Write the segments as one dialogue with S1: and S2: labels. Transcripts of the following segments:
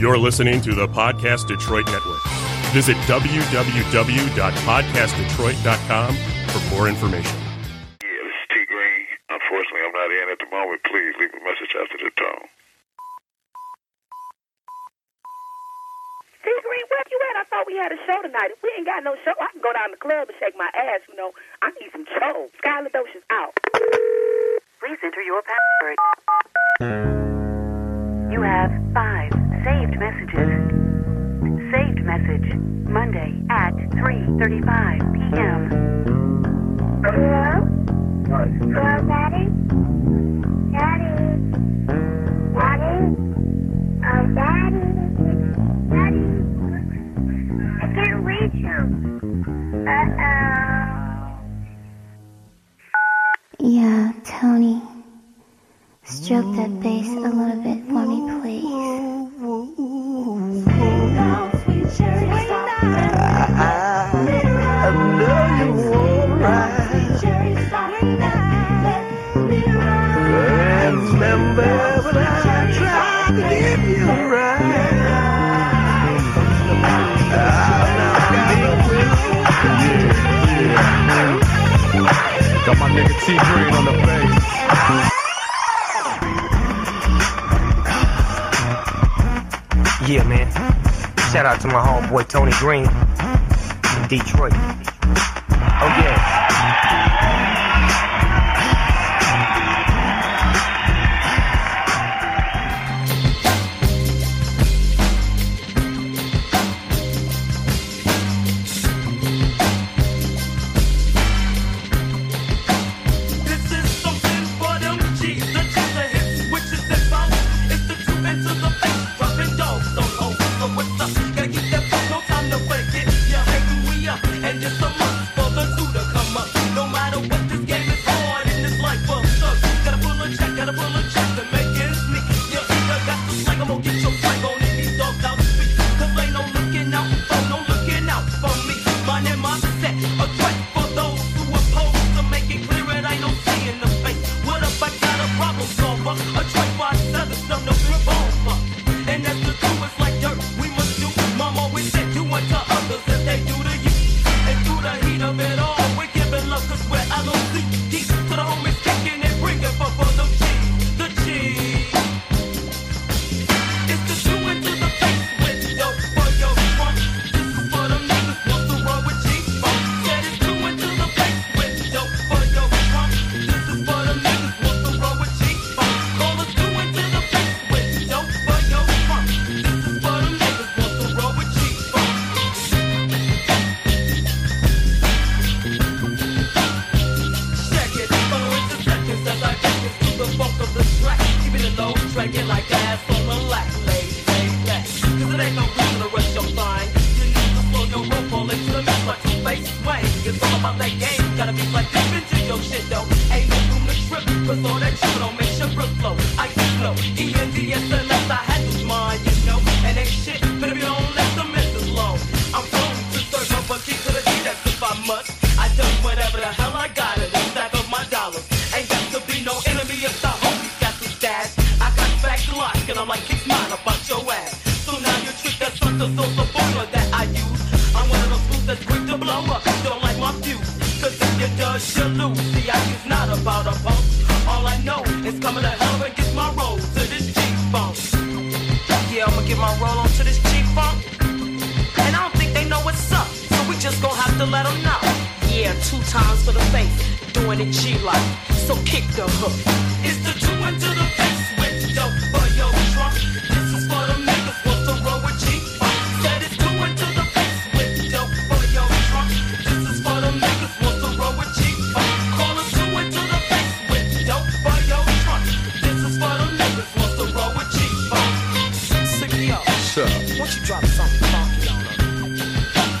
S1: You're listening to the Podcast Detroit Network. Visit www.podcastdetroit.com for more information.
S2: Yeah, this is T Green. Unfortunately, I'm not in at the moment. Please leave a message after the tone.
S3: T Green, where you at? I thought we had a show tonight. If we ain't got no show, I can go down to the club and shake my ass, you know. I need some show. Skylar Dosh is out.
S4: Please enter your password. You have five saved messages. Saved message Monday at 3:35 p.m.
S5: Hello? Hello, Daddy? Daddy? Daddy? Oh, Daddy? Daddy? I can't reach you. Uh-oh.
S6: Yeah, Tony. Stroke that bass a little bit for me, please.
S7: Got my nigga T Green on the bass.
S8: Yeah, man. Shout out to my homeboy Tony Green in Detroit. Oh yeah.
S9: This is something for them G's, the G's, the hits, which is their follow. It's the truth and to the face, dropping dogs on low. So what's up? Gotta keep that fuck, no time to break it. Yeah, hating we up, and it's a must for the two to come up. No matter what, this game is hard in this life of thugs. Gotta pull a check, gotta pull a check to make it sneak. You either got to slang 'em or get your flag on in these dogs out speak. 'Cause ain't no looking out for, no looking out for me. Mine and my set, a threat for those who oppose to make it clear it ain't no see in the face. What if I got a problem solver? A trait by another stuff, no revolver. And that's the truth, it's like dirt. We must do. Mom always said, do unto others as they do to you. And through the heat of it all, we're giving love cause we're LOC. Deep to the homies kicking and bringing for for them G's, the G's. It's the do it to the face with yo, for your front. This is for them niggas, what's the word with G-Funk? Said it's do it to the face with yo, for your front. This is for them niggas, what's the word with G-Funk? Call us do it to the face with yo, for your front. This is for them niggas, what's the word with G-Funk? Check it, follow it to seconds as I take it through the bulk of the track. Keeping it low, dragging like ass on a lack, lay, lay back. Cause it ain't no reason to rush your mind. You need to slow your roll, fall into the mix like your face sway. It's all about that game, gotta be like deep into your shit though. Ain't no room to trip, cause all that shit don't make your grip flow. I E get slow, E-N-D-S-N-S, I handle mine, you know. And ain't shit, better be on, let the misses low. I'm prone to serve up a key to the key, that's if I must. I done whatever the hell I got in the stack of my dollars. Ain't got to be no enemy if the homies got the stash. I got back the lock and I'm like, kick mine about your ass. So now you trick that sucker, so the formula that I use. I'm one of those fools that's quick to blow up. Don't like my fuse, cause if you does, you lose. See, I is not about a punk. All I know is coming to hell and get my roll to this G-Funk. Yeah, I'ma get my roll on to this G-Funk. And I don't think they know what's up. So we just gonna have to let them know. Yeah, two times for the face, doing it G like. So kick the hook. It's the two into the face with yo for yo drunk. This is for them niggas want to roll with G. Said it's two into the face with yo for yo drunk. This is for them niggas want to roll with G. Call us two into the face with yo for yo drunk. This is for them niggas want to roll with G. Sick me up. Won't you drop something funky on 'em?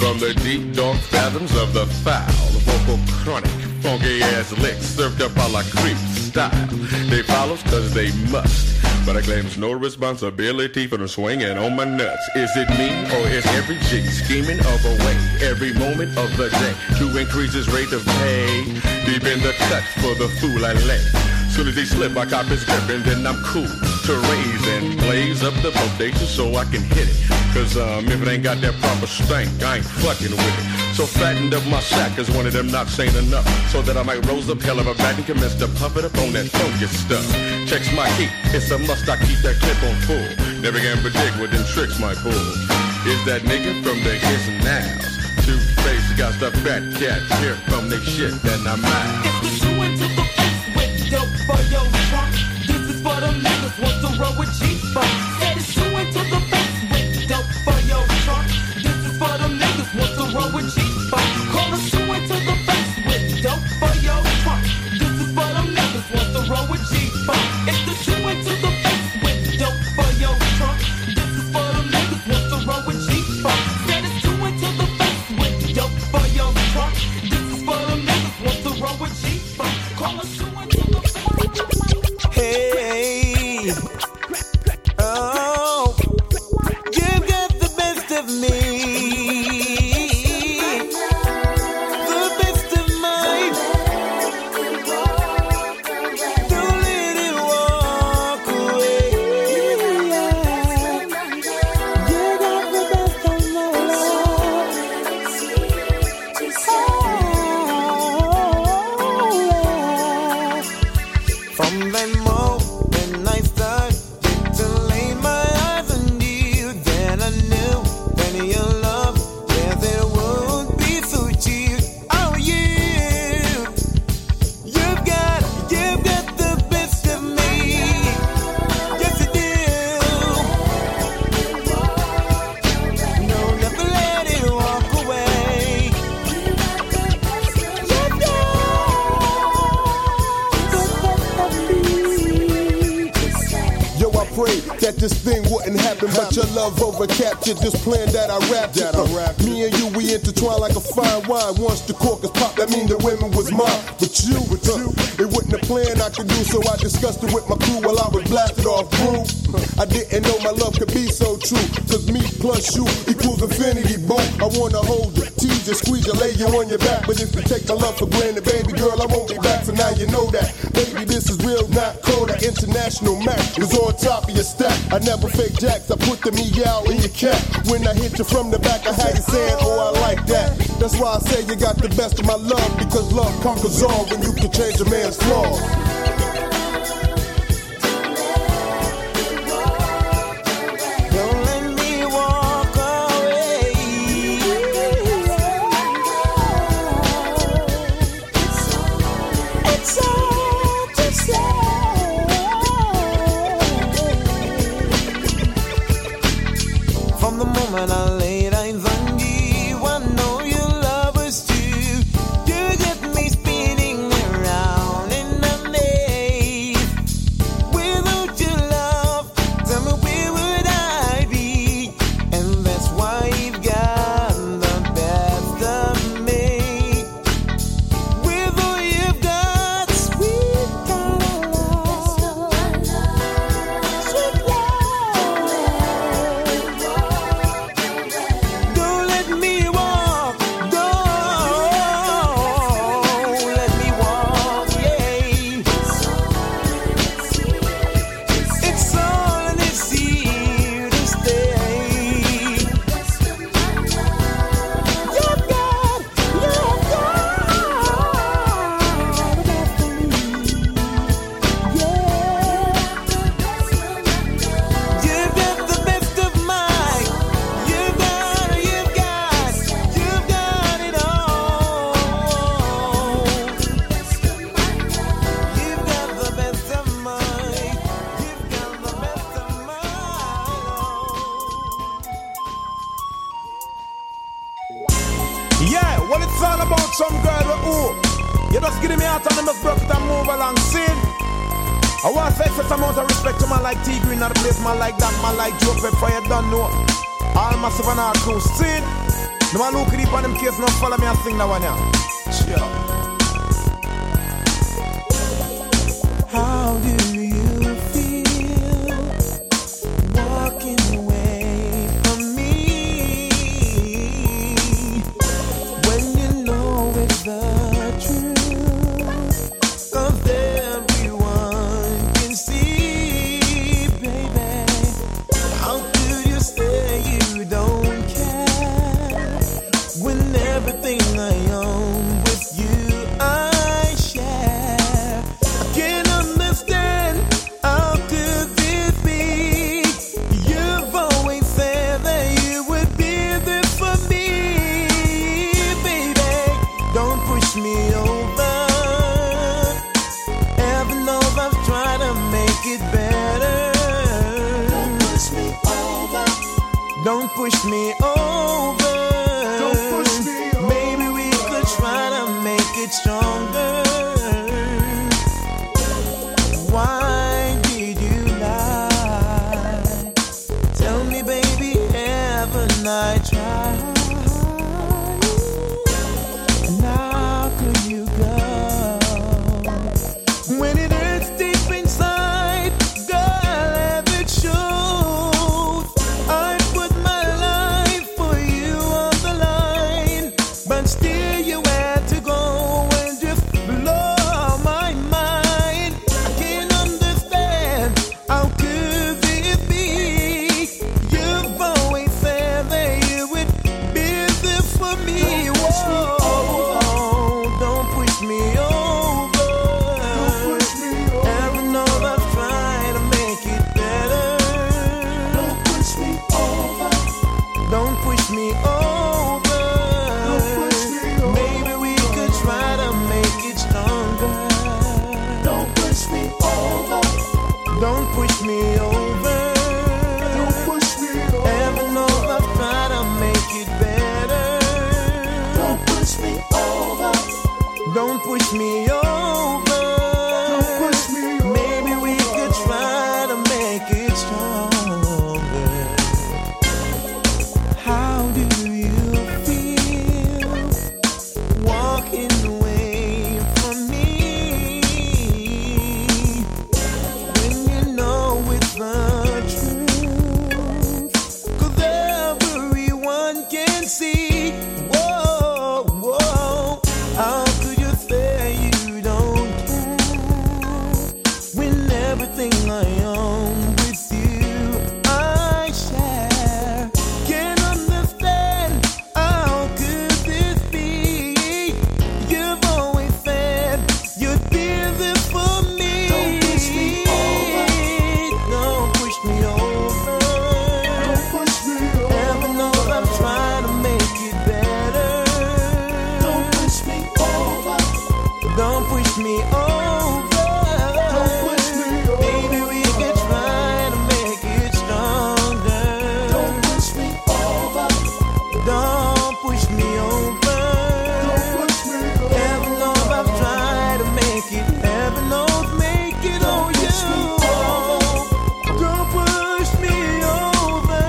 S7: From the deep dark fathoms of the foul, vocal chronic, funky ass licks served up a la creep style. They follows cause they must, but I claims no responsibility for the swinging on my nuts. Is it me or is every G scheming of a way every moment of the day to increase his rate of pay? Deep in the cut for the fool I lay. Soon as he slip, I cop his grip and then I'm cool to raise and play hands up the foundation so I can hit it. Cause um, if it ain't got that proper stank, I ain't fucking with it. So fattened up my sack is one of them not saying enough. So that I might rose up hell of a bat and commence to puff it up on that funky stuff. Checks my heat, it's a must I keep that clip on full. Never can predict what them tricks might pull. Is that nigga from the his and nows? Two-faced got the fat cat here from they shit that I'm out.
S9: Get the shoe into the face with dope for your trunk. This is for them niggas want to roll with G-Funk. Get the shoe into the face with dope for your trunk. This is for them niggas want to roll with G-Funk. Call the shoe into the face with dope for your trunk. This is for them niggas want to roll with G-Funk. It's the shoe into the face with dope for your trunk. This is for them niggas want to roll with G-Funk. Get the shoe into the face with dope for your trunk. This is for them niggas want to roll with G-Funk. Call the shoe into the
S10: Hey, oh, you got the best of me, the best of mine. Don't let it walk away. You got the best of my love. Oh, yeah. From that moment I started to lay my eyes on you, then I knew that your love, yeah, there would be so cheap. Oh, you, you've got, you've got the best of me. Yes, you do. No, never let it walk away. You
S11: Yo, I pray that this thing wouldn't happen, but your love overcaptured this plan that I wrapped. That I wrapped. Me and you, we intertwine like a fine wine. Once the cork is popped, that mean the women was mine. But you, but you, it wasn't a plan I could do, so I discussed it with my crew while I was blasted off brew. I didn't know my love could be so true, cause me plus you equals infinity, boo. I wanna hold you, tease you, squeeze you, lay you on your back, but if you take my love for granted, baby girl, I won't be back. So now you know that, baby, this is real, not cold. That international Mac is on top of your stack. I never fake jacks, I put the me out in your cap. When I hit you from the back, I had you saying, oh, I like that. That's why I say you got the best of my love, because love conquers all when you can change a man's flaws.
S10: Don't let me walk away. It's hard to say. From the moment I laid eyes on you, I know your love was true. You get me spinning around in a maze. Without your love, tell me where would I be? And that's why you've got the best of me. With all you've got, sweet kind love, sweet love. Don't let me walk, don't let me walk, yeah. It's all and it's here to stay. You've got, you've got the best of me, yeah. You've got the best of mine. You've got, you've got, you've got it all. You've got the best of mine. You've got the best of
S11: Yeah, well, it's all about some girl with who. You just give me autonomous broke and move along, see? I want to excess amount of respect to my like T Green, not a place man like that, man like Joe Pep, for you don't know. All massive and all crew, see? No man look deep on them case, no follow me and sing that one, yeah. Chill.
S10: How do you feel walking away from me when you know it's the truth of everyone can see, baby? Don't push me over. Maybe we could try to make it stronger. Why did you lie? Tell me, baby, haven't I tried? Now could you go? When it hurts deep inside, girl, have it shows. I put my life for you on the line, but still you had to go and just blow my mind. I can't understand how could it be? You've always said that you would be there for me. Whoa, don't push me over. Ever know I've tried to make it better? Don't push me over. Don't push me over. Maybe we could try to make it stronger. Don't push me over. Don't push me over. Don't push me over. Ever know I've tried to make it better? Don't push me over. Don't push me over. Don't push me over. Maybe we could try to make it stronger. How do you feel walking away from me when you know it's the truth? 'Cause everyone can see. Whoa, whoa. How could you say you don't care when everything I own with you I share? Can't understand how could this be? You've always said you're busy for me. Don't push me over. Don't push me over. Don't push me over. Ever know I'm trying to make it better? Don't push me over. Don't push me over. Don't push me over. Maybe we can try to make it stronger. Don't push me over. Don't push me over. Don't push me over. Heaven knows I've tried to make it. Heaven knows make it on you. Don't push me over.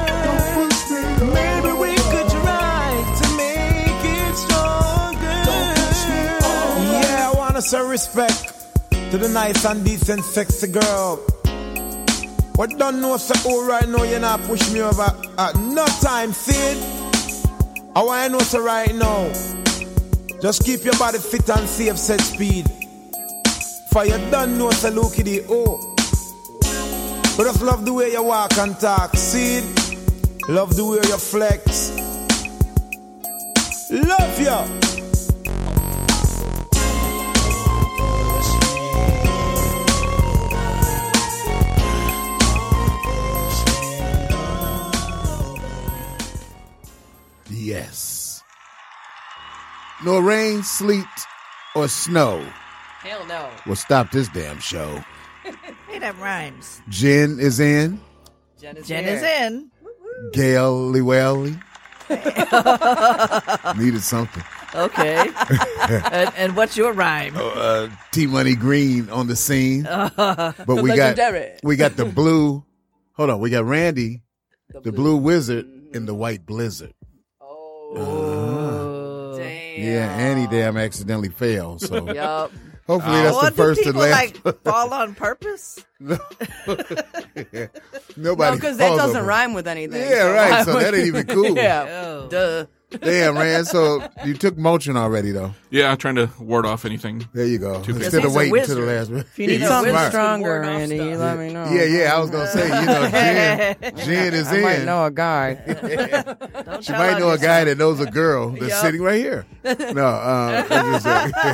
S10: Maybe we could try to make it stronger. Don't push me over.
S12: Yeah, I wanna show respect to the nice and decent sexy girl. What don't know so oh right now you not push me over at no time, see it? I wanna know so right now. Just keep your body fit and safe, set speed. For you don't know so look at the oh. But just love the way you walk and talk, see it? Love the way you flex. Love you.
S13: Yes. No rain, sleet, or snow
S14: Hell no.
S13: will stop this damn show.
S14: hey, that rhymes.
S13: Jen is in.
S14: Jen is,
S15: Jen
S14: here.
S15: is in.
S13: Gail Llewellyn needed something.
S15: okay. and, and what's your rhyme?
S13: Uh, T Money Green on the scene.
S14: Uh,
S13: uh, but
S15: The
S13: we got
S15: legendary.
S13: we got the blue. Hold on, we got Randy, the, blue. wizard, and the white blizzard. Oh, yeah, and he damn accidentally fell. So
S15: Yup.
S13: hopefully that's the
S15: What, do
S13: first and
S15: people,
S13: last.
S15: like fall on purpose?
S13: Nobody
S14: because that
S13: falls
S14: doesn't
S13: over.
S14: rhyme with anything.
S13: Yeah, right,
S14: why
S13: so
S14: would
S13: that ain't
S14: you-
S13: even cool.
S14: yeah. Duh.
S13: Damn, Rand. So you took motion already though.
S16: Yeah, I'm trying to ward off anything.
S13: There you go.
S16: Too
S13: Instead of waiting till the last minute.
S16: If you need
S13: He's
S16: something
S13: smart.
S14: stronger, Andy. Let me know.
S13: Yeah, yeah. I was gonna say, you know, Jen, Jen is
S14: I
S13: in.
S14: might know
S13: a guy.
S14: Don't
S13: she
S14: tell
S13: might
S14: on
S13: know a
S14: yourself.
S13: guy that knows a girl that's
S14: Yup.
S13: sitting right here. No. Um, it's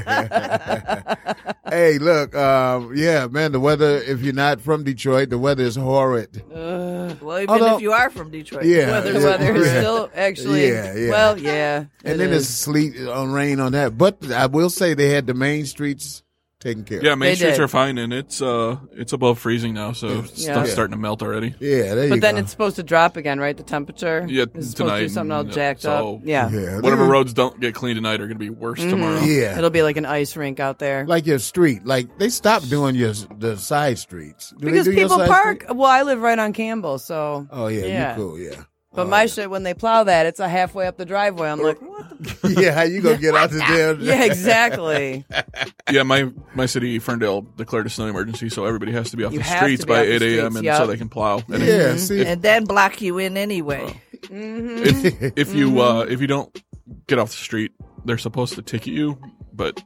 S13: just- hey, look. Um, yeah, man. The weather. If you're not from Detroit, the weather is horrid.
S15: Ugh. well, even
S14: Although-
S15: if you are from Detroit,
S13: Yeah,
S15: weather-
S13: yeah,
S15: weather is
S13: yeah.
S15: still actually.
S13: Yeah, yeah.
S15: Well, yeah.
S13: And
S15: it
S13: then uh,
S15: is.
S13: it's sleet on rain on that. But I will say they had the main streets taken care of.
S16: Yeah, Main
S17: They
S16: Streets
S17: did.
S16: are fine, and it's uh it's above freezing now, so stuff's starting to melt already.
S17: but then it's supposed to drop again, right? The temperature.
S16: yeah
S17: it's supposed
S16: tonight.
S17: to do something all
S16: and, uh,
S17: jacked
S16: so
S17: up. Yeah.
S16: whatever roads don't get cleaned tonight are going to be worse
S17: Mhm.
S16: tomorrow.
S17: It'll be like an ice rink out there.
S13: like your street. Like they stopped doing your the side streets Do they
S17: because
S13: do your
S17: people
S13: side
S17: park. Well, I live right on Campbell, so.
S13: Oh, yeah, you cool, Oh, yeah.
S17: But my shit, when they plow that, it's a halfway up the driveway. I'm like, what?
S13: street? yeah, how you gonna get out the damn?
S17: Yeah, exactly.
S16: yeah, my my city Ferndale declared a snow emergency, so everybody has to be off
S17: You
S16: the
S17: have
S16: streets
S17: to be
S16: by
S17: off the
S16: eight a.m.
S17: streets,
S16: and
S17: yup.
S16: so they can plow. And
S17: Yeah,
S16: if,
S17: see.
S16: if,
S17: And
S14: Mm-hmm. and then block you in anyway. Mm-hmm.
S16: if, if you uh,
S17: Mm-hmm.
S16: if you don't get off the street, they're supposed to ticket you, but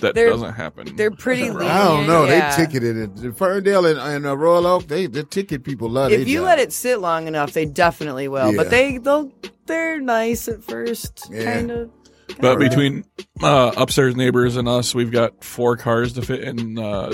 S16: that
S13: They're-
S16: doesn't happen.
S17: They're pretty.
S13: I don't know.
S17: Yeah.
S13: They ticketed it. In Ferndale and, and uh, Royal Oak, they the ticket people love.
S17: if
S13: Oh, they
S17: you
S13: job.
S17: let it sit long enough, they definitely will.
S13: Yeah.
S17: But they they'll they're nice at first,
S13: Yeah.
S17: kind of.
S16: But between uh, upstairs neighbors and us, we've got four cars to fit in uh,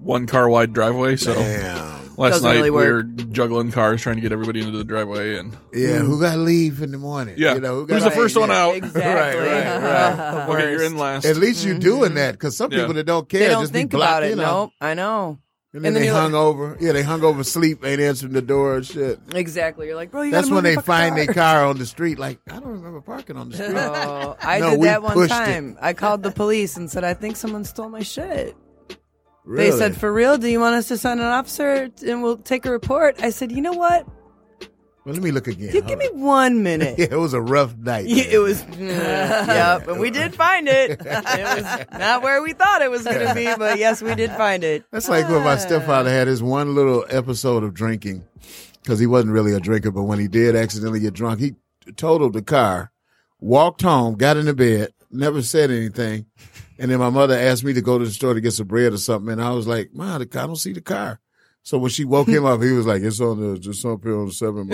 S16: one car wide driveway. So last
S13: Doesn't
S16: night
S13: really
S16: we were
S13: work. Hmm.
S16: juggling cars, trying to get everybody into the driveway, and
S13: yeah, who got to leave in the morning?
S16: Hmm. Yeah.
S13: you know, who
S16: Who's
S13: gotta-
S16: the first one
S13: yeah.
S16: out? Exactly.
S13: right, right, right.
S16: The Okay, you're in worst. last. Mm-hmm.
S13: At least you're doing that because some
S16: Yeah.
S13: people that don't care
S17: They don't
S13: just
S17: think
S13: be blocked
S17: about it.
S13: in on-
S17: Nope, I know.
S13: And then, they
S17: you're
S13: hung
S17: like,
S13: over. Yeah, they hung over, sleep, ain't answering the door and shit.
S17: exactly. You're like, bro, Oh, you
S13: That's
S17: gotta
S13: when
S17: move
S13: they
S17: your fucking
S13: find
S17: car.
S13: their car on the street. Like I don't remember parking on the street.
S17: Oh, I
S13: No,
S17: did
S13: we
S17: that one
S13: pushed it.
S17: time. I called the police and said, I think someone stole my shit. They
S13: Really?
S17: said, For real, do you want us to send an officer and we'll take a report? I said, You know what?
S13: Well, let me look again.
S17: You give me one minute.
S13: Yeah, it was a rough night.
S17: Yeah, It was, yep, and we did find it. It was not where we thought it was going to be, but yes, we did find it.
S13: That's like when my stepfather had his one little episode of drinking because he wasn't really a drinker, but when he did accidentally get drunk, he totaled the car, walked home, got into bed, never said anything. And then my mother asked me to go to the store to get some bread or something. And I was like, Ma, the, I don't see the car. So when she woke him up, he was like, It's on the, it's up here on the seven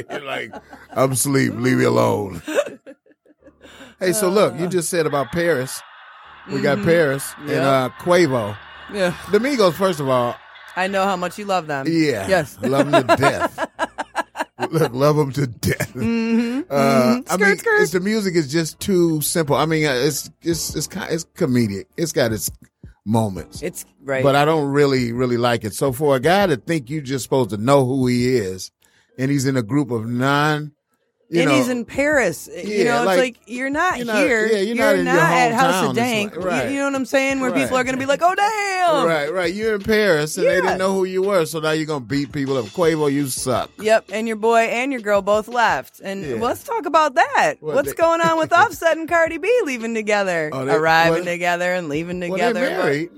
S13: mile. like, I'm asleep. Leave me alone. Hey, so look, you just said about Paris. We got
S17: Mhm.
S13: Paris and
S17: Yep.
S13: uh, Quavo.
S17: Yeah.
S13: The Migos, first of all,
S17: I know how much you love them.
S13: yeah.
S17: Yes.
S13: Love them to death. Look, love them to death.
S17: Mhm.
S13: Uh,
S17: Mhm.
S13: I mean, It's, the music is just too simple. I mean, uh, it's it's it's ki- it's comedic. It's got its moments.
S17: It's right.
S13: But I don't really really like it. So for a guy to think you're just supposed to know who he is, and he's in a group of nine, you
S17: and
S13: know,
S17: he's in Paris. eh,
S13: Yeah,
S17: you know, it's
S13: like,
S17: like, you're not
S13: you're not-
S17: here.
S13: yeah, you're not in your
S17: at House
S13: hometown.
S17: of
S13: It's
S17: Dank.
S13: like- right.
S17: You, you know what I'm saying? Where people
S13: Right.
S17: are going to be like, oh, damn.
S13: Right, right. You're in Paris, and they didn't know who you were, so now you're gonna beat people up. Quavo, you suck.
S17: Yep. And your boy and your girl both left. And
S13: Yeah.
S17: let's talk about that.
S13: Well,
S17: What's
S13: they-
S17: going on with Offset and Cardi B leaving together,
S13: Oh, they-
S17: arriving
S13: well-
S17: together, and leaving
S13: Well,
S17: together?
S13: they're married.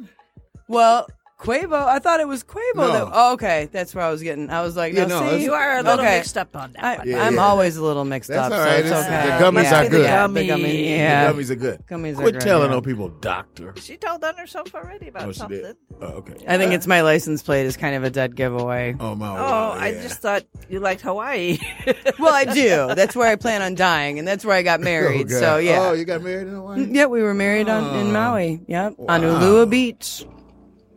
S17: Well, Quavo, I thought it was Quavo.
S13: No.
S17: That, oh, okay, that's where I was getting. I was like,
S13: Yeah,
S17: no,
S13: no,
S17: see,
S13: it's- You are a
S14: little mixed up on that
S17: I,
S14: one.
S13: Yeah,
S17: I'm
S13: yeah.
S17: always a little mixed
S13: That's
S17: up.
S13: all right.
S17: So
S13: It's-
S17: it's okay.
S13: The gummies
S17: yeah.
S13: are good.
S17: The gummy, yeah.
S13: The gummies are good.
S17: Gummies are
S13: Quit
S17: great,
S13: telling
S17: yeah.
S13: no people, doctor.
S14: She told on herself already about
S13: Oh, she
S14: something.
S13: did. Oh, okay.
S17: I think it's my license plate is kind of a dead giveaway.
S13: Oh my!
S14: Oh, I just thought you liked Hawaii.
S17: well, I do. That's where I plan on dying, and that's where I got married.
S13: Oh, God.
S17: so yeah.
S13: Oh, you got married in Hawaii.
S17: Mm, Yeah, we were married on, in Maui. Yep, on
S13: Wow.
S17: Ulua Beach,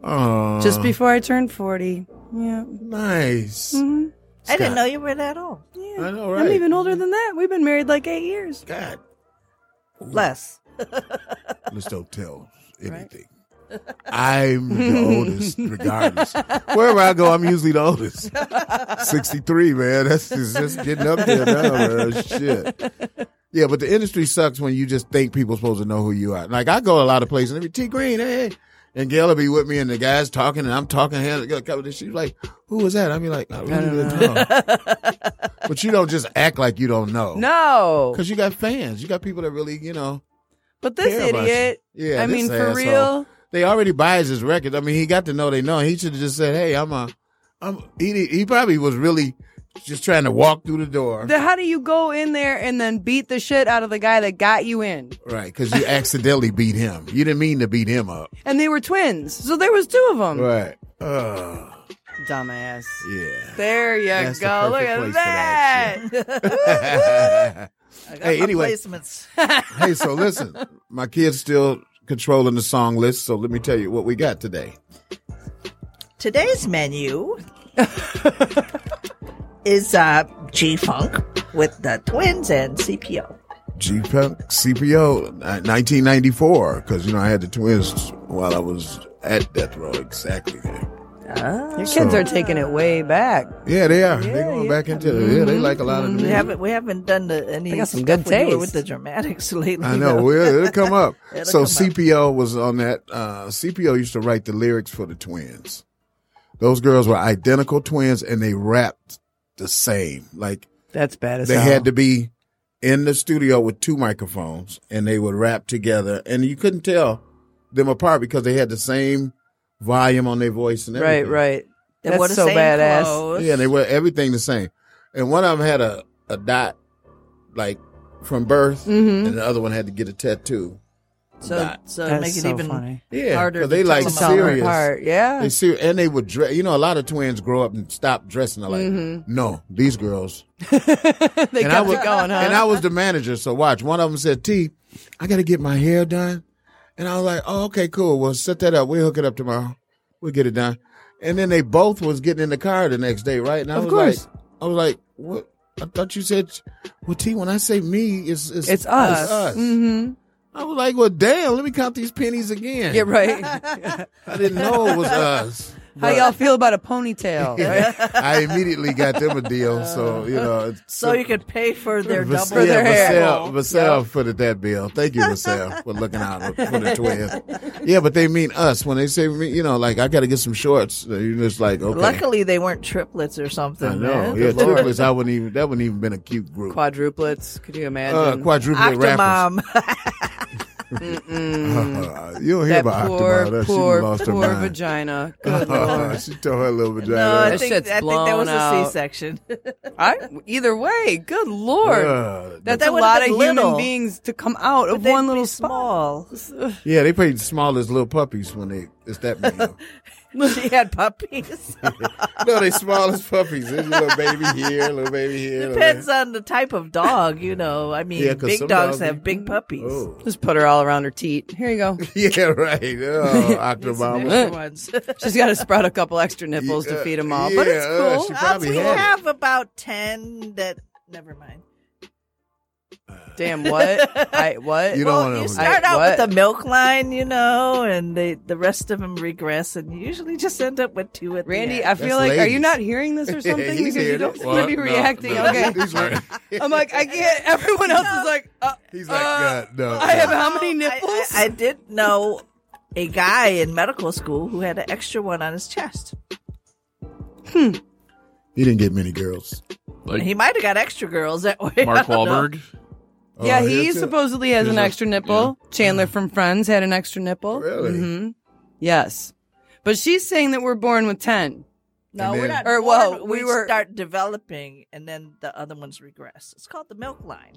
S13: Oh,
S17: just before I turned forty. Yeah,
S13: Nice.
S14: I didn't
S13: Scott.
S14: know you were that old.
S13: I know,
S17: I'm
S13: right?
S17: even older than that. We've been married like eight years.
S13: God,
S14: Less.
S13: let's don't tell anything. I'm the oldest, regardless. Wherever I go, I'm usually the oldest. 63, man. That's just, just getting up there now, man. Shit. Yeah, but the industry sucks when you just think people supposed to know who you are. Like, I go a lot of places and they be T Green, hey. And Gail will be with me and the guy's talking and I'm talking here. And a couple of this. She's like, who was that? I mean, like, I really didn't know. but you don't just act like you don't know.
S17: No,
S13: Because you got fans. You got people that really, you know.
S17: but this
S13: care about you.
S17: idiot.
S13: Yeah,
S17: I
S13: this
S17: mean, for
S13: asshole.
S17: real.
S13: They already buys his record. I mean, he got to know they know. He should have just said, "Hey, I'm a, I'm." He he probably was really just trying to walk through the door,
S17: Then how do you go in there and then beat the shit out of the guy that got you in?
S13: right? Because you accidentally beat him. You didn't mean to beat him up,
S17: And they were twins, so there was two of them.
S13: right? Uh,
S17: Um, Dumbass.
S13: yeah.
S17: There you
S13: That's the
S17: go. Look
S13: perfect
S17: at
S13: place for
S17: that.
S14: I got
S13: hey,
S14: my
S13: anyway.
S14: placements.
S13: hey, so listen, my kid's still controlling the song list. So let me tell you what we got today.
S14: Today's menu is uh, G Funk with the twins and CPO.
S13: G CPO 1994 because you know I had the twins while I was at death row exactly there.
S15: Ah, your
S13: So-
S15: kids are taking it way back.
S13: Yeah, Mm-hmm. they are. They're going back into it. Yeah, they like a lot of.
S14: We
S13: The
S14: haven't we haven't done the, any.
S15: They Hmm. got some
S14: stuff
S15: good
S14: when you were
S15: taste.
S14: with the dramatics lately.
S13: I know.
S14: though.
S13: Well, it'll come up.
S14: It'll
S13: so
S14: come up.
S13: CPO was on that. Uh, CPO used to write the lyrics for the twins. Those girls were identical twins, and they rapped the same. Like
S15: That's bad as
S13: they
S15: hell.
S13: had to be in the studio with two microphones, and they would rap together, and you couldn't tell them apart because they had the same volume on their voice and
S15: Right,
S13: everything.
S15: right.
S14: They
S15: That's
S14: wore the
S15: so
S14: same
S15: badass.
S14: clothes.
S13: Yeah, they were everything the same. And one of them had a, a dot, like from birth,
S14: Mhm.
S13: and the other one had to get a tattoo.
S14: So
S13: Dot.
S14: so
S15: That's
S14: make it
S15: so
S14: even
S15: funny.
S13: Yeah,
S14: harder.
S13: 'cause
S14: to
S13: they
S14: tell
S13: like
S14: them apart.
S13: serious.
S15: yeah.
S13: they ser- and they would dress. You know, a lot of twins grow up and stop dressing alike.
S15: Mhm.
S13: No, these girls.
S15: they
S13: and
S15: kept
S13: I was
S15: it going, huh?
S13: and I was the manager. So watch, one of them said, "T, I got to get my hair done," and I was like, "Oh, okay, cool. Well, set that up. We'll hook it up tomorrow. We'll get it done." And then they both was getting in the car the next day, right? And I
S15: Of
S13: was
S15: course.
S13: like, "I was like, what? I thought you said, well, T, when I say me, it's it's,
S15: It's us. Mm-hmm.
S13: I was like, well, damn, "Oh, let me count these pennies again.
S15: Yeah, right.
S13: I didn't know it was us.
S15: How
S13: but-
S15: y'all feel about a ponytail? right?
S13: I immediately got them a deal,
S17: Uh,
S13: so you know. it's-
S14: So you could pay for their double
S13: Vassell- Vassell, Vassell put it that bill. Thank you, Vassell, for looking out for the twins. Yeah, but they mean us when they say me. You know, like I got to get some shorts. You're just like, okay.
S14: Luckily, they weren't triplets or something.
S13: I know.
S14: man.
S13: Yeah,
S14: Good Lord.
S13: triplets. I wouldn't even. That wouldn't even been a cute group.
S15: Quadruplets. Could you imagine?
S13: Uh, quadruplet rappers.
S14: Octomom.
S13: Uh, you
S17: Mm.
S13: don't hear
S17: that
S13: about
S17: poor,
S13: Octomom. She
S17: poor,
S13: lost her
S17: poor
S13: mind. Oh,
S17: vagina. Good lord.
S13: she tore her little vagina.
S17: No,
S13: up.
S17: I think- That shit's I think that was blown a out.
S14: C-section.
S17: I, either way, good lord,
S13: Uh,
S17: that's
S14: that
S17: a
S14: would've
S17: lot of
S14: been
S17: human
S14: little.
S17: beings to come out of one little small.
S13: Yeah, they played small as little puppies when they. It's that many. of 'em.
S14: she had puppies.
S13: no, they small as puppies. There's a little baby here, little baby here. little
S14: Depends on the type of dog, you know. I mean,
S13: Yeah, 'cause
S14: big
S13: some
S14: dogs,
S13: dogs-
S14: have big puppies.
S17: Just put her all around her teat. Here you go.
S13: Oh. Yeah, right. Oh, Octomom.
S14: Extra ones.
S17: She's got to sprout a couple extra nipples to feed them all, but it's
S13: Yeah, uh,
S17: cool.
S13: she
S14: Uh,
S13: probably
S14: we
S13: had it.
S14: have about ten that. Never mind.
S17: Damn what? I what?
S13: You don't
S17: well,
S13: wanna-
S17: you
S14: Start
S17: I-
S14: out
S17: what?
S14: with the milk line, you know, and they, the rest of them regress, and you usually just end up with two at
S17: Randy,
S14: the
S17: I
S14: end.
S17: feel like are you not hearing this or something?
S13: He's
S17: because you
S13: hearing
S17: don't
S13: it.
S17: seem
S13: What?
S17: to be
S13: No,
S17: reacting.
S13: no.
S17: Okay.
S13: He's right.
S17: I'm like, I can't everyone else is like uh,
S13: He's like,
S17: uh,
S13: God, no.
S17: I have how many nipples?
S14: I did know a guy in medical school who had an extra one on his chest.
S17: Hmm.
S13: He didn't get many girls.
S16: Like
S14: he might have got extra girls that way. I
S16: Mark
S14: don't know.
S16: Wahlberg.
S17: yeah,
S13: Oh,
S17: he
S13: here's it.
S17: supposedly has
S16: Here's
S17: an
S16: a-
S17: extra nipple. Chandler from Friends had an extra nipple.
S13: Really?
S17: hmm Yes. But she's saying that we're born with 10.
S14: No,
S13: And
S14: we're
S13: then-
S14: not.
S17: Or,
S14: Or
S17: well,
S14: well,
S17: we
S14: we
S17: were-
S14: start developing, and then the other ones regress. It's called the milk line.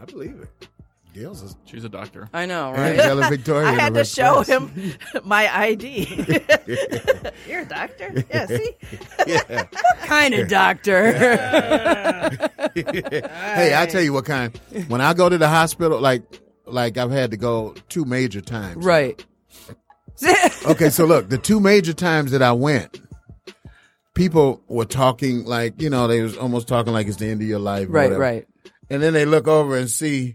S13: I believe it. Girls is
S16: She's a doctor.
S17: I know,
S13: and
S17: right?
S13: Ellen Victoria.
S14: I had to
S13: was
S14: show
S13: first.
S14: him my ID. You're a doctor. Yeah. See,
S13: Yeah.
S17: kind of doctor.
S13: hey, I tell you what kind. When I go to the hospital, like, like I've had to go two major times.
S17: right.
S13: okay, so look, the two major times that I went, people were talking like, you know, they was almost talking like it's the end of your life. or
S17: Right,
S13: whatever.
S17: right.
S13: And then they look over and see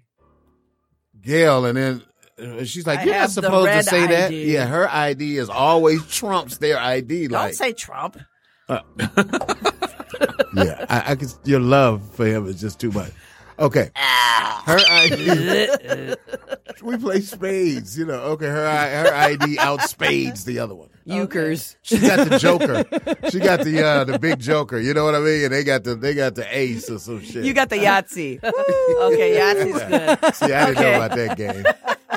S13: Gail, and then uh, she's like,
S14: I
S13: "You're not
S14: have the
S13: supposed to
S14: red
S13: say that."
S14: ID.
S13: Yeah, her ID is always trumps their ID.
S14: don't
S13: Like,
S14: say Trump.
S13: yeah, I, I could. Your love for him is just too much. Okay,
S14: Ah.
S13: her ID. we play spades, you know. Okay, her I- her ID outspades the other one.
S17: Euchers.
S13: She got the Joker. She got the uh, the big Joker. You know what I mean? And they got the they got the Ace or some shit.
S17: You got the Yahtzee.
S14: Okay, Yahtzee's good.
S13: See, I didn't
S17: Okay.
S13: know about that game.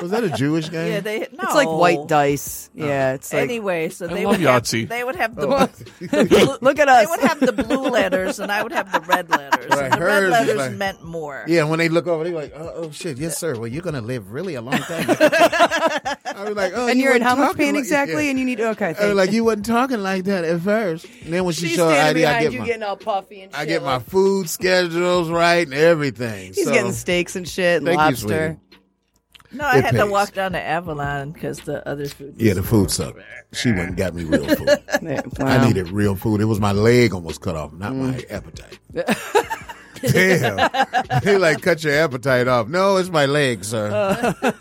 S13: Was that a Jewish game? Oh.
S14: Yeah, they. No.
S17: It's like white dice. Yeah, it's like
S14: Anyway, so
S16: I
S14: they
S16: love
S14: would have,
S16: Yahtzee.
S14: they would have the
S17: look, look at
S14: they
S17: us.
S14: would have the blue letters and I would have the red letters.
S13: Right,
S14: And the
S13: hers
S14: red
S13: is
S14: letters
S13: like-
S14: meant more.
S13: Yeah, when they look over, they're like, oh, oh shit, yes, sir. Well, you're going to live really a long time. I was like, oh,
S17: and
S13: you
S17: you're in
S13: wasn't
S17: how much
S13: talking
S17: pain
S13: like-
S17: exactly?
S13: yeah.
S17: And you need okay.
S13: I was
S17: Thank
S13: Oh, like, you wasn't talking like that at first. And then when she
S17: She's
S13: showed her
S17: standing
S13: ID, I
S17: behind
S13: get,
S17: you,
S13: my,
S17: getting all puffy and shit.
S13: I get my
S17: like-
S13: food schedules right and everything.
S17: He's
S13: so,
S17: getting steaks and shit, and
S13: Thank you,
S17: lobster.
S14: No, I
S13: It
S14: had to
S13: pays.
S14: walk down to Avalon because the other food.
S13: Yeah, the food sucked. She went and got me real food.
S17: Yeah,
S13: I
S17: wow. Mm.
S13: needed real food. It was my leg almost cut off, not my appetite. Damn. they like cut your appetite off. No, it's my leg, sir.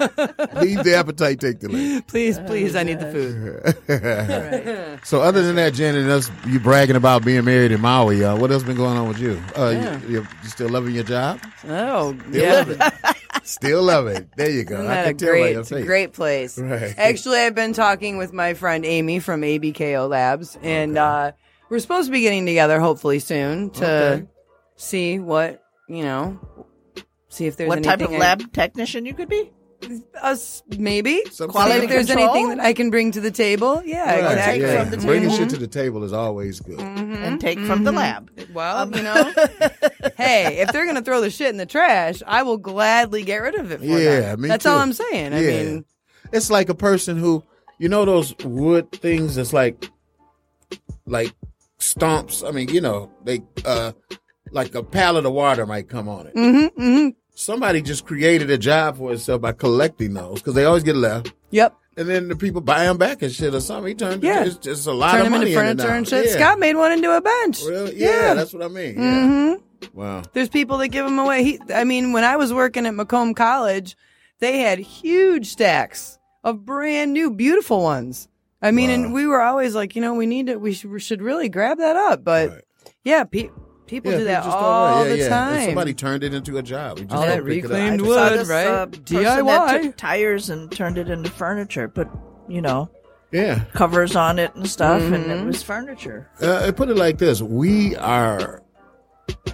S13: Leave the appetite, take the leg.
S17: Please, please, I need the food.
S13: So other than that, Jen, and us, you bragging about being married in Maui. Uh, what else been going on with you? Uh,
S17: Yeah.
S13: you, you- you still loving your job?
S17: Oh,
S13: Still love it. Still love it. There you go.
S17: Isn't
S13: I
S17: that a
S13: can tell by
S17: great,
S13: your
S17: it's a
S13: face.
S17: great place.
S13: Right.
S17: Actually, I've been talking with my friend Amy from ABKO Labs, and uh, we're supposed to be getting together hopefully soon to
S14: Okay.
S17: see what you know, see if there's
S14: what type
S17: anything
S14: of
S17: I-
S14: lab technician you could be?
S17: Us maybe. see
S14: Quality
S17: if there's
S14: control?
S17: anything that I can bring to the table. Yeah,
S13: Right,
S17: exactly.
S13: yeah. Bringing shit to the table is always good.
S17: and
S14: take from the lab.
S17: Mm-hmm. Well, you know, hey, if they're gonna throw the shit in the trash, I will gladly get rid of it. For
S13: Yeah,
S17: them.
S13: me
S17: that's
S13: too.
S17: all I'm saying. I
S13: Yeah.
S17: mean,
S13: it's like a person who, you know, those wood things that's like, like stomps. I mean, you know, they, uh, like a pallet of water might come on it.
S17: mm-hmm, mm-hmm.
S13: Somebody just created a job for itself by collecting those because they always get left.
S17: Yep.
S13: And then the people buy them back and shit or something. He turned
S17: Yeah.
S13: it's just a lot
S17: turn
S13: of
S17: them
S13: money
S17: into furniture
S13: in it now.
S17: and shit.
S13: Yeah.
S17: Scott made one into a bench.
S13: Really? Yeah, that's what I mean. Yeah.
S17: hmm
S13: Wow.
S17: There's people that give them away. He, I mean, when I was working at Macomb College, they had huge stacks of brand new, beautiful ones. I mean, and we were always like, you know, we need to, we should, we should really grab that up. But yeah, pe- people
S13: Yeah,
S17: do that
S13: people just throw it away.
S17: all
S13: Yeah,
S17: the
S13: yeah.
S17: time.
S13: And somebody turned it into a job. You just
S17: All
S13: go
S17: that
S13: pick it up.
S17: reclaimed
S14: I saw
S17: wood,
S14: this,
S17: right?
S14: Uh, person
S17: DIY.
S14: That took tires and turned it into furniture, but you know,
S13: yeah,
S14: covers on it and stuff, and
S17: Mm-hmm.
S13: Mhm.
S14: it was furniture.
S13: Uh, I put it like this: We are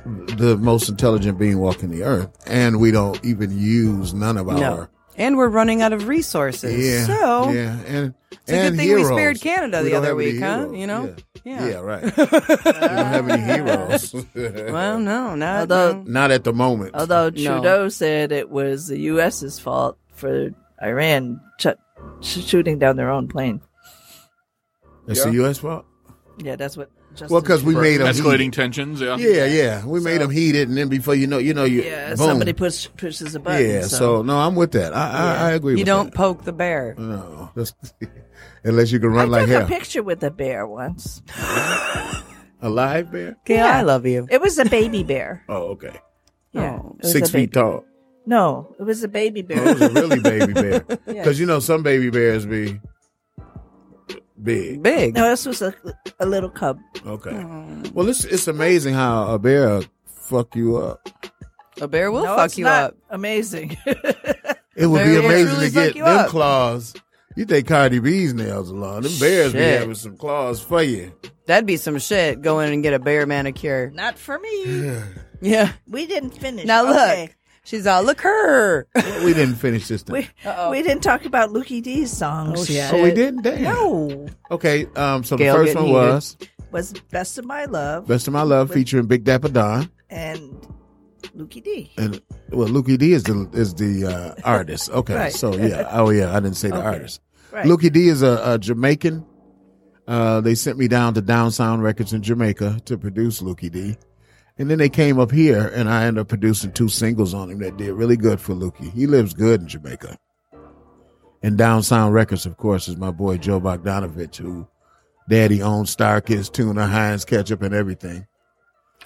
S13: the most intelligent being walking the earth, and we don't even use none of
S17: no.
S13: our
S17: And we're running out of resources.
S13: yeah,
S17: So
S13: yeah, and
S17: it's a good
S13: and
S17: thing
S13: heroes.
S17: we spared Canada
S13: We
S17: the
S13: don't
S17: other
S13: have any
S17: week, huh?
S13: heroes.
S17: You know?
S13: Yeah, right. we don't have any heroes.
S17: Well, no, not
S14: Although-
S17: no.
S13: not at the moment.
S14: Although
S17: No.
S14: Trudeau said it was the U.S.'s fault for Iran ch- sh- shooting down their own plane.
S13: It's the U.S. fault.
S14: Yeah, that's what. Justin
S13: Well, because we
S14: Trudeau
S13: made them
S14: said.
S16: Escalating tensions, yeah.
S13: Yeah, yeah, we made them heat it, and then before you know, you know, you
S14: Yeah,
S13: boom.
S14: somebody push, pushes a button.
S13: yeah,
S14: so.
S13: so. no, I'm with that. I I, I agree.
S14: You
S13: with
S14: don't
S13: that.
S17: poke the bear.
S13: No, that's, unless you can run
S14: I
S13: like
S14: took
S13: hell.
S14: a picture with a bear once.
S13: A live bear?
S14: Yeah, I
S17: love you.
S14: It was a baby bear.
S13: Oh, okay.
S14: Yeah, it was
S13: Six
S14: a baby-
S13: feet tall.
S14: No, it was a baby bear.
S13: Oh, It was a really baby bear.
S14: Yeah.
S13: Because you know some baby bears be big.
S17: Big.
S14: No, this was a, a little cub.
S13: Okay. Well, it's it's amazing how a bear fuck you up.
S17: A bear will
S14: No,
S17: fuck
S14: it's
S17: you
S14: not
S17: up.
S14: Amazing.
S13: It would
S17: Bear
S13: be
S17: will
S13: amazing
S17: truly
S13: to
S17: fuck
S13: get
S17: you
S13: them
S17: up.
S13: claws. You think Cardi B's nails are long? Them bears be
S17: Shit.
S13: having some claws for you.
S17: That'd be some shit. Go in and get a bear manicure.
S14: Not for me.
S17: Yeah.
S14: We didn't finish.
S17: Now look,
S14: Okay.
S17: she's all look her.
S13: We didn't finish this thing.
S14: We, we didn't talk about Lukey D's songs
S13: Oh,
S14: yet.
S13: shit. Oh, we didn't? Damn.
S14: No.
S13: Okay, um, so
S14: Gail
S13: the first
S14: getting
S13: one
S14: heated.
S13: was
S14: Was Best of My Love
S13: Best of My Love
S14: With-
S13: featuring Oh. Big Dapper Don.
S14: and Lukey D.
S13: And well, Lukey D is the is the uh, artist. Okay,
S14: Right.
S13: so yeah, oh yeah, I didn't say the
S14: Okay.
S13: artist.
S14: Right.
S13: Lukey D is a, a Jamaican. Uh, they sent me down to Down Sound Records in Jamaica to produce Lukey D, and then they came up here, and I ended up producing two singles on him that did really good for Lukey. He lives good in Jamaica. And Down Sound Records, of course, is my boy Joe Bogdanovich, who daddy owns Star Kids, tuna, Heinz ketchup, and everything.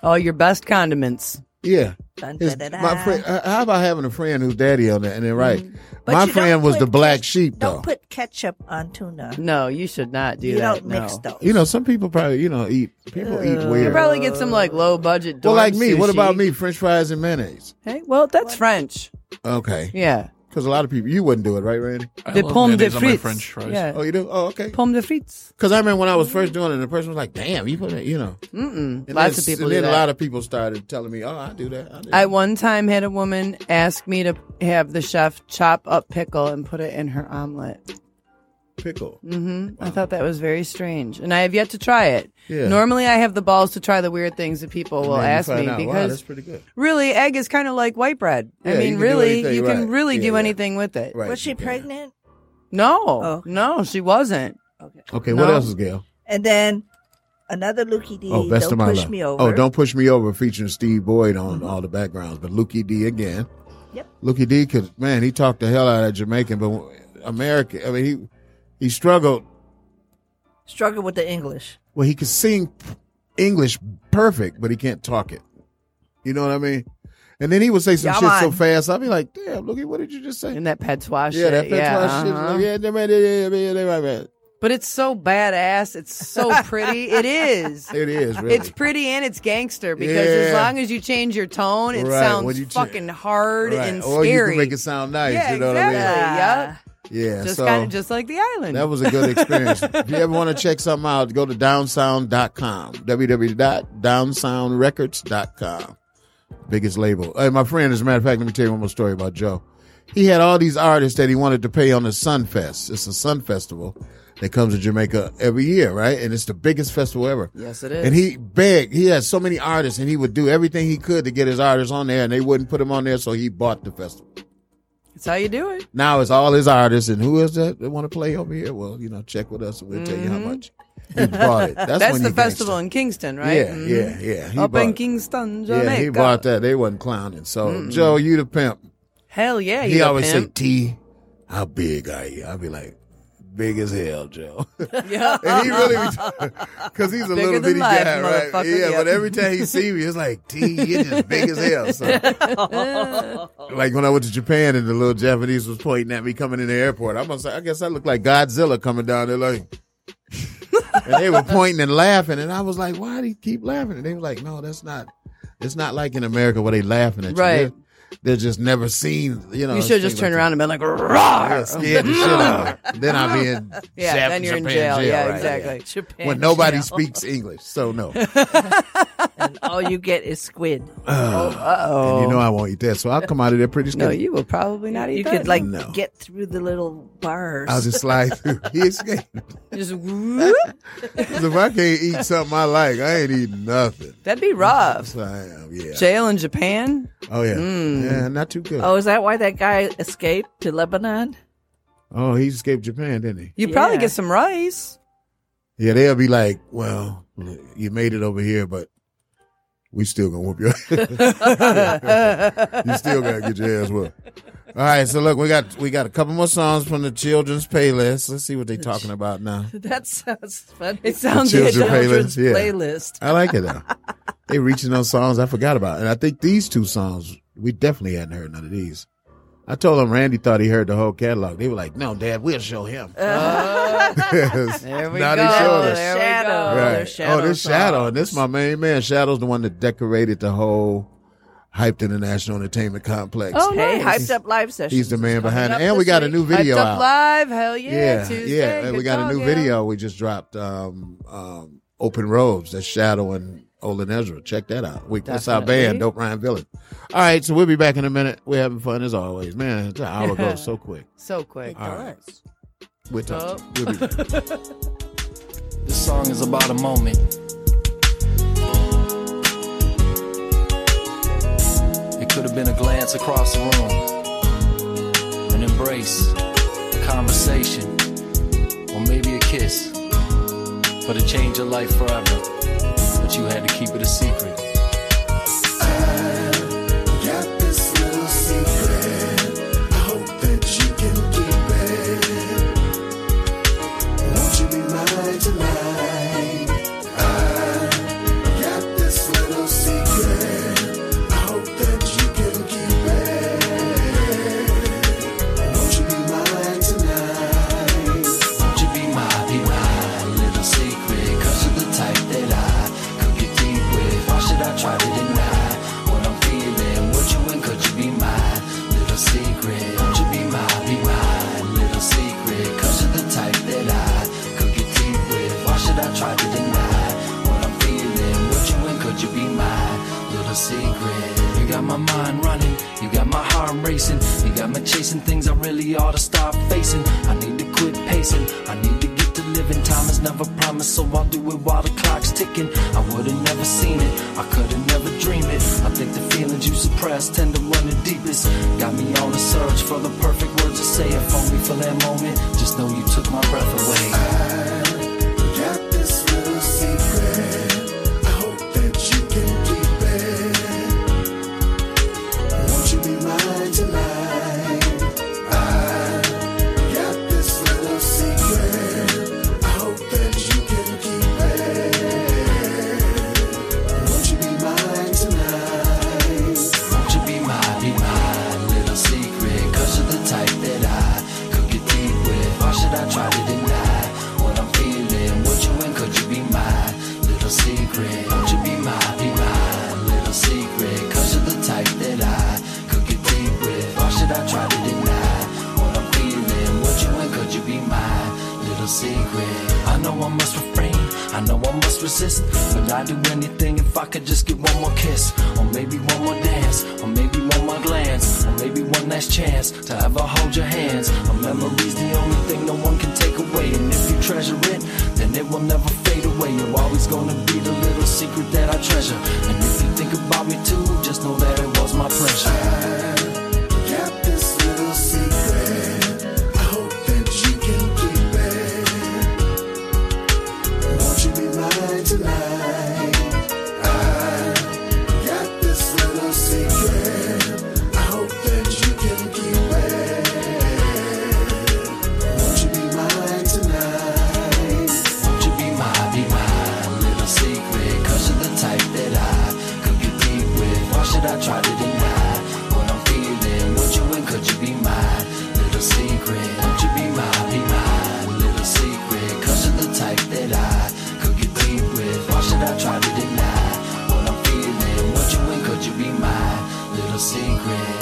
S17: All your best condiments.
S13: Yeah.
S14: Dun,
S13: His-
S14: dun, dun,
S13: my
S14: dun.
S13: friend, uh, how about having a friend who's daddy on there and then right?
S14: Mm-hmm. But you
S13: My
S14: don't
S13: friend was the
S14: put
S13: black sheep though.
S14: Don't put ketchup on tuna.
S17: No, you should not do
S14: You
S17: that.
S14: don't mix
S17: no. Uh,
S13: you know, some people probably you know eat people eat
S17: You
S13: weird.
S17: probably get some like low budget.
S13: well,
S17: dorm
S13: like me. What
S17: sushi.
S13: about me? French fries and mayonnaise.
S17: Hey, well, that's French.
S13: Okay.
S17: Yeah.
S13: Because a lot of people, you wouldn't do it, right, Randy?
S17: I The love pomme de mayonnaise on my frites. French fries. Yeah.
S13: Oh, you do? Oh, okay.
S17: Pomme de frites.
S13: Because I remember when I was first
S14: Mm-hmm.
S13: doing it, the person was like, "Damn, you put it," you know.
S17: Mm-mm.
S13: And
S17: Lots
S13: then-
S17: of people
S13: And
S17: do
S13: then
S17: that.
S13: a lot of people started telling me, "Oh, I do that." I do
S17: I one time had a woman ask me to have the chef chop up pickle and put it in her omelet.
S13: pickle.
S17: hmm I thought that was very strange, and I have yet to try it.
S13: Yeah.
S17: Normally, I have the balls to try the weird things that people
S13: And
S17: will
S13: then you
S17: ask
S13: find
S17: me
S13: out, wow,
S17: because
S13: that's pretty good.
S17: Really, egg is kind of like white bread. I
S13: Yeah, you
S17: mean,
S13: can do
S17: really,
S13: anything,
S17: you can
S13: right.
S17: really
S13: Yeah,
S17: do
S13: yeah.
S17: anything with it.
S13: Right.
S14: Was she pregnant?
S17: No,
S14: Oh.
S17: no, she wasn't.
S13: Okay, what
S17: No.
S13: else is Gail?
S14: And then another Lukey D.
S13: Oh, best
S14: don't
S13: of my
S14: push
S13: love.
S14: me over.
S13: Oh, don't push me over, featuring Steve Boyd on all the backgrounds, but Lukey D again.
S14: Yep.
S13: Lukey D could man, he talked the hell out of Jamaican, but American. I mean, he he struggled.
S14: struggle with the English.
S13: Well, he could sing English perfect, but he can't talk it. You know what I mean? And then he would say some
S17: Yeah,
S13: shit so
S17: man.
S13: fast, I'd be like, damn, look at what did you just say?
S17: In that pet swash
S13: yeah, that
S17: shit,
S13: Patois
S17: yeah,
S13: shit.
S17: uh-huh.
S13: Like, yeah, they made it, yeah, yeah, yeah, they right, man.
S17: But it's so badass. It's so pretty. it is.
S13: It is, really.
S17: It's pretty and it's gangster because as
S13: Yeah.
S17: long as you change your tone, it
S13: Right, when
S17: sounds
S13: you ch-
S17: fucking hard
S13: Right.
S17: and
S13: Or you
S17: scary.
S13: can make it sound nice.
S17: Yeah,
S13: you know
S17: exactly.
S13: what I mean?
S17: Yep.
S13: Yeah,
S17: Just
S13: so
S17: kind of just like the island.
S13: that was a good experience. if you ever want to check something out, go to downsound.com, www.downsoundrecords.com. Biggest label. Hey, my friend, as a matter of fact, let me tell you one more story about Joe. He had all these artists that he wanted to pay on the Sun Fest. It's a Sun Festival that comes to Jamaica every year, right? And it's the biggest festival ever.
S15: Yes, it is.
S13: And he begged. He had so many artists, and he would do everything he could to get his artists on there, and they wouldn't put him on there, so he bought the festival.
S17: That's how you do it.
S13: Now it's all his artists, and who is that that want to play over here? Well, you know, check with us, and we'll tell you how
S17: Mhm.
S13: much he bought it. That's, when
S17: the
S13: he
S17: festival
S13: gangsta.
S17: in Kingston, right?
S13: Yeah,
S17: Mhm.
S13: yeah, yeah. He
S17: Up in
S13: bought-
S17: Kingston, Jamaica.
S13: Yeah, he bought that. They wasn't clowning. So Joe, you the pimp.
S17: Hell yeah.
S13: he
S17: you a
S13: always say,
S17: pimp.
S13: "T, how big are you?" I'd be like, "Big as hell, Joe."
S17: Yeah.
S13: and he really, because he's a
S17: Bigger
S13: little
S17: than
S13: bitty
S17: life,
S13: guy, right? Yeah,
S17: motherfucker, yeah.
S13: but every time he see me, it's like, "T, you're just big as hell." So. like when I went to Japan and the little Japanese was pointing at me coming in the airport. I must say, I guess I look like Godzilla coming down there, like. and they were pointing and laughing, and I was like, "Why do you keep laughing?" And they were like, "No, that's not. It's not like in America where they laughing at you.
S17: Right.
S13: They're, they're just never seen. You know,
S17: you should just turn around and be like, "Rawr!"
S13: scared the shit out. of me. Then I'll be in
S17: Yeah,
S13: Jap-
S17: then you're in
S13: Japan
S17: jail. Yeah,
S13: right,
S17: exactly. Japan
S13: when nobody
S14: jail.
S13: speaks English, so no.
S14: and all you get is squid.
S13: Uh,
S17: Oh,
S13: And you know I won't eat that, so I'll come out of there pretty skinny.
S17: will probably not
S14: You
S17: eat
S14: could
S17: that.
S14: like
S13: No.
S14: get through the little bars.
S13: I'll just slide through. He escaped.
S17: Just whoop.
S13: 'Cause if I can't eat something I like, I ain't eating nothing.
S17: That'd be rough.
S13: So I am, yeah.
S17: Jail in Japan.
S13: Oh yeah,
S17: Mm.
S13: yeah, not too good.
S14: Oh, is that why that guy escaped to Lebanon?
S13: Oh, he escaped Japan, didn't he?
S17: You probably get some rice.
S13: Yeah, they'll be like, "Well, you made it over here, but we still gonna whoop your ass. you still gotta get your ass whooped." All right, so look, we got we got a couple more songs from the Children's Playlist. Let's see what they're talking about now.
S14: That sounds funny.
S17: It
S13: The
S17: sounds
S13: Children's
S17: good.
S13: Playlist, yeah. I like it though. they reaching those songs I forgot about, and I think these two songs we definitely hadn't heard none of these. I told them Randy thought he heard the whole catalog. They were like, "No, Dad, we'll show him."
S17: There we
S13: Now they
S17: go.
S13: showed us.
S17: There
S14: Shadow.
S17: we go.
S13: Right. oh, this Shadow, and this my main man. Shadow's the one that decorated the whole hyped international entertainment complex.
S14: Oh, hey,
S13: He's-
S14: hyped up live session.
S13: He's the man behind it, and we got a new video
S17: Hyped up
S13: out.
S17: live. Hell yeah. Tuesday.
S13: yeah, and
S17: Good
S13: we got
S17: dog,
S13: a new
S17: yeah.
S13: video we just dropped. Um, um, Open Roads. That's Shadow and Olin Ezra. Check that out. We, that's our
S14: Definitely.
S13: band, Dope Ryan Villain. All right, so we'll be back in a minute. We're having fun as always, man. It's an hour goes so quick.
S17: So quick.
S13: All right. We're talking. We'll be back.
S18: Oh. This song is about a moment. It could have been a glance across the room, an embrace, a conversation, or maybe a kiss. But it changed your life forever. But you had to keep it a secret.
S19: Got this little secret. I hope that you can keep it. Won't you be mine tonight? I got this little secret. I hope that you can keep it. Won't you be mine tonight?
S18: Won't you be my, be my little secret? Cause you're the type that I could get deep with. Why should I try to deny what I'm feeling? Would you and could you be my little secret? Won't you be my, be my little secret? Cause you're the type that I could get deep with. Why should I try to deny what I'm feeling? Would you and could you be my little secret? You got my mind running, you got my heart racing, you got me chasing things I really ought to stop facing. I need to quit pacing, I need to get to living. Time is never promised, so I'll do it while the clock's ticking. I would've never seen it, I could've never dreamed it. I think the feelings you suppress tend to run the deepest. Got me on a search for the perfect words to say. If only for that moment, just know you took my breath away.
S19: Got this little secret. I hope that you can keep it. Won't you be mine tonight? I got this little secret. I hope that you can keep it. Won't you be mine tonight?
S18: secret. Won't you be my, be my little secret? Cause you're the type that I could get deep with. Why should I try to deny what I'm feeling? Would you and could you be my little secret? I know I must refrain. I know I must resist, but I'd do anything if I could just get one more kiss, or maybe one more dance, or maybe one more glance, or maybe one last chance to ever hold your hands. A memory's the only thing no one can take away, and if you treasure it, then it will never fade away. You're always gonna be the little secret that I treasure, and if you think about me too, just know that it was my pleasure.
S19: Got this little secret. I hope that you can keep it. Won't you be mine tonight? I got this little secret. I hope that you can keep it. Won't you be mine tonight?
S18: Won't you be my, be my little secret? Cause you're the type that I could get deep with. Why should I try to deny what I'm feeling? Would you and could you be my little secret? Won't you be my, be my little secret? Cause you're the type that I could get deep with. Why should I try to deny what I'm feeling? Would you and could you be my little secret?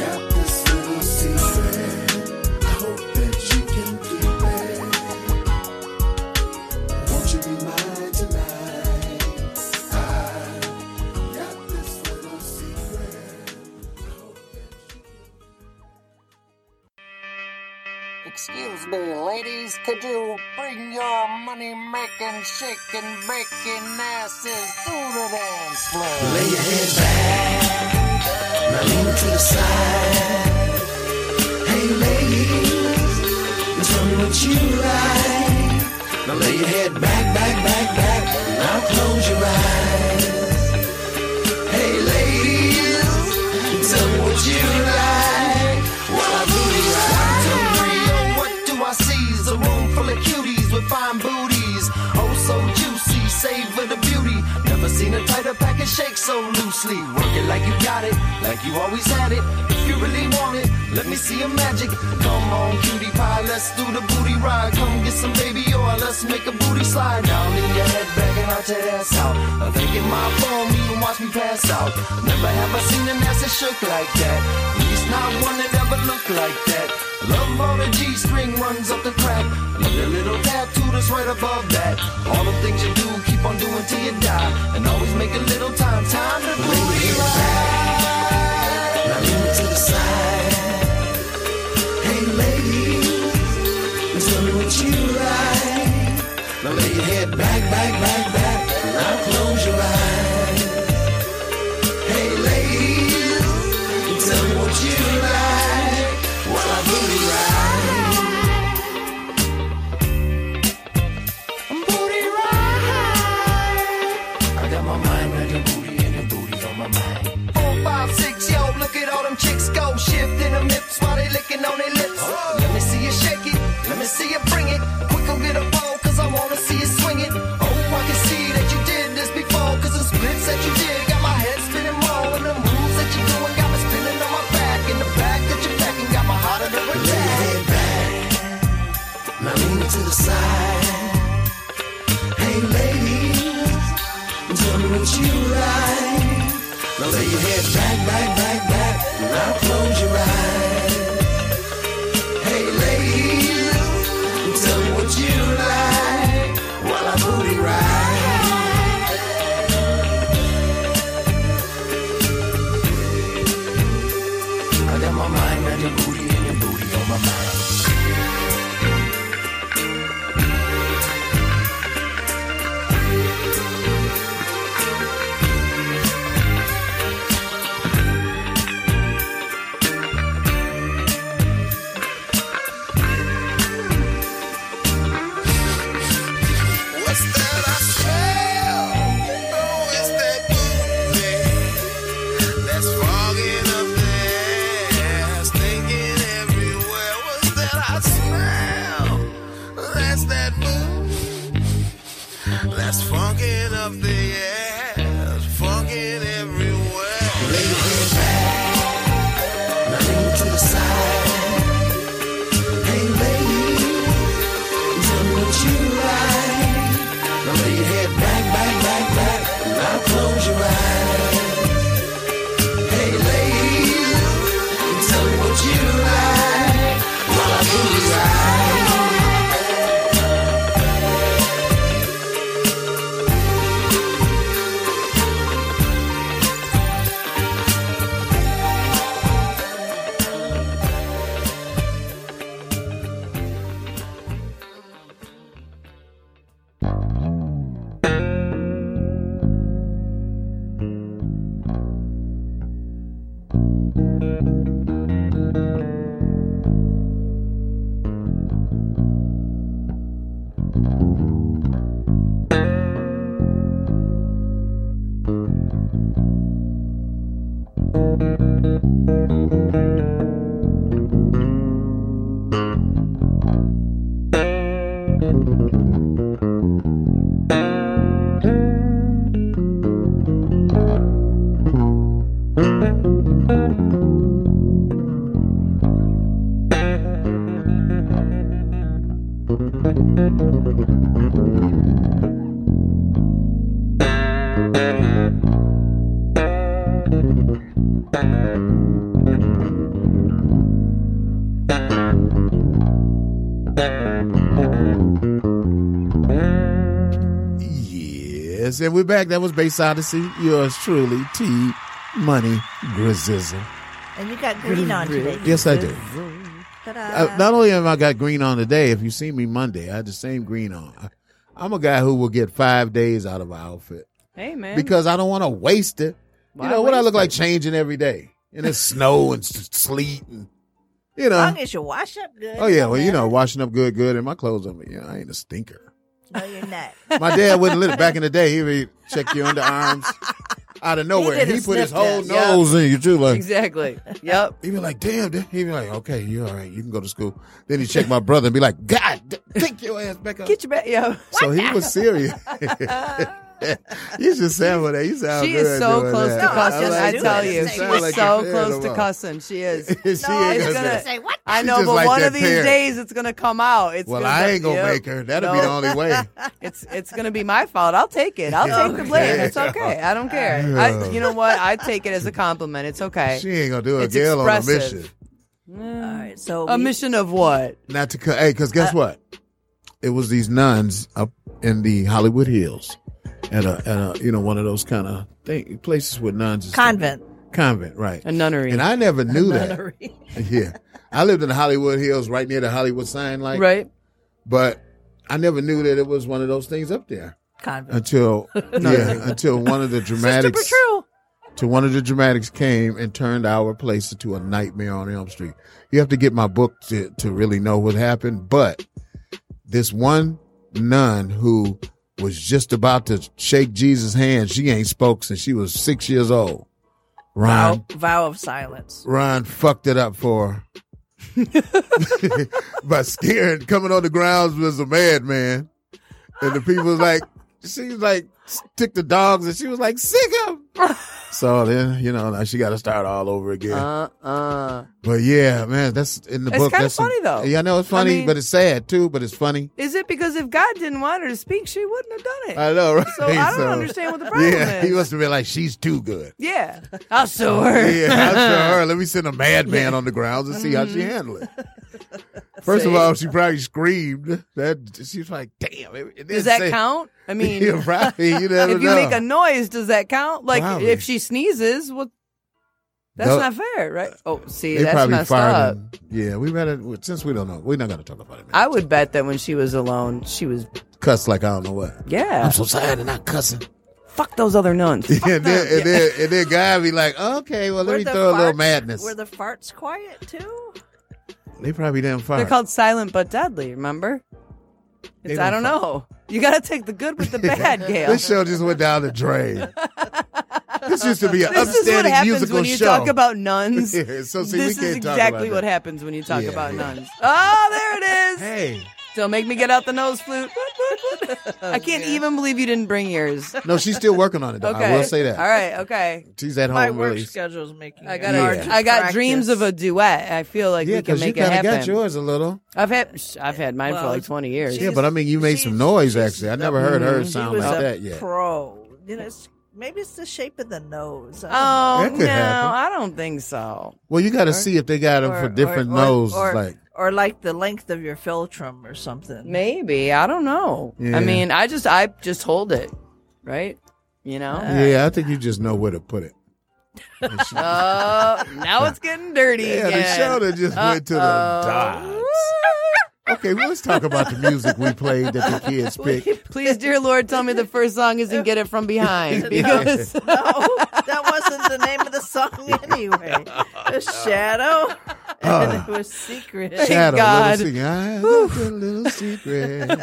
S19: Got this little secret. I hope that you can keep it. Won't you be mine tonight? I got this little secret.
S20: Excuse me, ladies, could you bring your money making, shaking, baking asses to the dance floor?
S19: Lay your head back. Now lean to the side. Hey ladies, now tell me what you like. Now lay your head back, back, back, back. Now close your eyes. Hey ladies, tell me what you like. While I do this
S18: One, two, three, oh, what do I see? Is A room full of cuties with fine booties. Oh, so juicy, savor the beauty. Never seen a tighter package shake so loosely. Work it like you got it, like you always had it. If you really want it, let me see your magic. Come on, cutie pie, let's do the booty ride. Come get some baby oil, let's make a booty slide. Now lean your head back and out your ass out. I think in my phone, you can watch me pass out. Never have I seen an ass that shook like that. At least not one that ever looked like that. Love all the G-string runs up the crack. Love the little tattoo that's right above that. All the things you do, keep on doing till you die. And always make a little time, time to booty ride.
S19: Now lean to the side. Hey ladies, tell me what you like. Now lay your head back, back, back, back. Now close your eyes. Hey ladies, tell me what you like. While I booty ride.
S18: Booty ride. I got my mind on your booty and your booty's on my mind. Four, five, six, yo, look at all them chicks go. Shifting them hips while they licking on their lips. Let me see you shake it. Let me see you bring it. Quick, go get a ball, cause I wanna see you swing it. Oh, I can see that you did this before, cause the splits that you did got my head spinning more. And the moves that you're doing got me spinning on my back. And the back that you're packing got my heart under attack.
S19: Now lean to the side. Hey ladies, tell me what you like. Now lay your head back, back, back, back. Now close your eyes. Hey ladies, tell me what you like while I booty ride.
S18: I got my mind on your booty and your booty on my mind.
S19: There's funkin' up the air, there's funkin' everywhere. Lady, get back, now lean to the side. Hey, lady, tell me what you like. Now lay your head back, back, back, back, now close your eyes. Hey, lady, tell me what you like while I pull you
S13: Yes, and we're back. That was Bass Odyssey. Yours truly, T Money Grizzle.
S10: And you got green on today.
S13: Yes, I do.
S10: Ta-da.
S13: I, Uh, not only have I got green on today, if you see me Monday, I had the same green on. I, I'm a guy who will get five days out of my outfit
S17: Hey, man.
S13: because I don't want to waste it.
S17: Why
S13: you know what? I
S17: waste
S13: look like changing every day, and it's snow and s- sleet, and you
S10: As
S13: know.
S10: long as you wash up good.
S13: Oh yeah, well you know, washing up good, good, and my clothes. I mean, yeah, I ain't a stinker.
S10: No, you're not.
S13: My dad wouldn't let it back in the day. He would check your underarms out of nowhere.
S10: did
S13: He,
S10: a
S13: put his
S10: sniff
S13: whole
S10: test, yeah.
S13: nose in you too, like
S17: Exactly. Yep.
S13: He'd be like, damn, damn. He'd be like, okay, you all right. You can go to school. Then he'd check my brother and be like, God, d- take your ass back up.
S17: Get your back, yo.
S13: So he was serious. you should sound for that. You sound
S17: She
S13: good
S17: is so
S13: doing
S17: close
S13: that.
S17: to cussing.
S13: like
S17: I
S13: that.
S17: tell
S13: It
S17: you,
S13: sound
S17: she's
S13: like
S17: so
S13: you're
S17: close
S13: terrible.
S17: to cussing. She is.
S13: She is gonna say,
S10: "What?"
S17: I
S13: She's
S17: know,
S13: just
S17: but
S13: like
S17: one
S13: that
S17: of these
S13: parrot.
S17: days it's gonna come out. It's
S13: Well,
S17: gonna
S13: I
S17: go-
S13: ain't gonna
S17: yep.
S13: make her. That'll be the only way.
S17: it's it's gonna be my fault. I'll take it. I'll take the blame.
S13: Okay.
S17: It's okay. I don't care.
S13: Yeah.
S17: I, you know what? I take it as a compliment. It's okay.
S13: She ain't gonna do a
S17: It's
S13: Gail on a
S17: expressive.
S13: mission.
S17: Mm.
S14: All right, so
S17: a
S14: we-
S17: mission of what?
S13: Not to cut. Hey, because
S17: Uh,
S13: guess what? It was these nuns up in the Hollywood Hills, at a, at a you know one of those kind of thing, places with nuns. and stuff.
S14: Convent.
S13: Convent, right?
S17: A nunnery.
S13: And I never knew that.
S14: Nunnery.
S13: yeah, I lived in the Hollywood Hills, right near the Hollywood sign, like
S17: right.
S13: But I never knew that it was one of those things up there
S14: Convent.
S13: until yeah,
S14: Nunnery.
S13: until one of the
S14: Sister
S13: dramatics.
S14: Patrol.
S13: to one of the dramatics came and turned our place into a nightmare on Elm Street. You have to get my book to, to really know what happened, but this one nun who was just about to shake Jesus' hand, she ain't spoke since she was six years old. Ron,
S14: Vow, vow of silence.
S13: Ron fucked it up for her. By scaring, coming on the grounds was a madman. And the people was like, she was like, stick the dogs, and she was like, sick him. So then, you know, now she got to start all over again.
S17: Uh uh.
S13: But yeah, man, that's in the
S17: It's
S13: book.
S17: kinda
S13: that's some-
S17: funny, though.
S13: Yeah, I know it's funny,
S17: I mean-
S13: but it's sad too. But it's funny.
S17: Is it because if God didn't want her to speak, she wouldn't have done it?
S13: I know, right?
S17: Eh, So I don't understand what the problem
S13: yeah,
S17: is.
S13: he must have been like, she's too good.
S17: Yeah. I'll sue her.
S13: Yeah, I'm sure her. Let me send a madman on the grounds and see how she
S17: Mhm.
S13: handles it. First of
S17: See?
S13: all, she probably screamed. That she was like, "Damn!" It, it
S17: Does
S13: didn't
S17: that
S13: say-
S17: count? I mean,
S13: Yeah, right. You never
S17: if you
S13: know.
S17: make a noise, does that count? Like
S13: Probably.
S17: if she sneezes, what? That's
S13: No.
S17: not fair, right? Oh, see,
S13: They
S17: that's
S13: probably
S17: messed
S13: fired
S17: up.
S13: him. Yeah, we better since we don't know, we're not gonna talk about it.
S17: I would bet that when she was alone, she was
S13: Cuss like I don't know what.
S17: yeah.
S13: I'm so tired and not cussing.
S17: Fuck those other nuns.
S13: Yeah, and then, and then and then guy be like, okay, well let
S14: Were
S13: me
S14: the
S13: throw a little
S14: farts-
S13: madness.
S14: Were the farts quiet too?
S13: They probably damn
S17: They're
S13: fire.
S17: called silent but deadly. Remember?
S13: They
S17: It's, I
S13: don't
S17: don't know. You got to take the good with the bad, Gail.
S13: this show just went down the drain. this used to be an
S17: This is what
S13: upstanding
S17: happens
S13: musical
S17: when you
S13: show.
S17: talk about nuns.
S13: Yeah, so see, we
S17: this is
S13: can't talk
S17: exactly
S13: about
S17: what
S13: that.
S17: happens when you talk
S13: Yeah,
S17: about
S13: yeah.
S17: nuns. Oh, there it is.
S13: hey,
S17: Don't make me get out the nose flute. I can't even believe you didn't bring yours.
S13: No, she's still working on it. Though. I will say that.
S17: All right. Okay.
S13: She's at home
S14: My work
S13: really.
S14: schedule's making
S17: I
S14: it
S17: got.
S14: hard
S17: A,
S14: to
S17: I got
S14: practice.
S17: dreams of a duet. I feel like
S13: Yeah,
S17: we can
S13: because you
S17: make it
S13: kind of
S17: happen.
S13: got yours a little.
S17: I've had. I've had mine for
S14: Well,
S17: like twenty years.
S13: Yeah, but I mean, you made some noise actually. I never heard her
S17: Mhm.
S13: sound
S14: She was
S13: like
S14: a
S13: that yet.
S14: Pro. You know, it's, maybe it's the shape of the nose.
S17: Oh
S13: That could
S17: no,
S13: happen.
S17: I don't think so.
S13: Well, you got to see if they got them
S14: Or-
S13: for different
S14: or- or-
S13: noses.
S14: or,
S13: like,
S14: or like the length of your philtrum or something.
S17: Maybe I don't know.
S13: Yeah.
S17: I mean, I just I just hold it, right? You know.
S13: yeah, I think you just know where to put it.
S17: Oh, now it's getting dirty
S13: Yeah, the
S17: again.
S13: show that just went to the
S17: Uh-oh.
S13: dots. Okay, well, let's talk about the music we played that the kids picked.
S17: Please, dear Lord, tell me the first song isn't "Get It From Behind" because
S14: that wasn't the name of the song anyway. The shadow, and
S13: Uh,
S14: it was secret.
S13: Shadow,
S14: God.
S13: little secret. I have
S14: Whew.
S13: a little secret.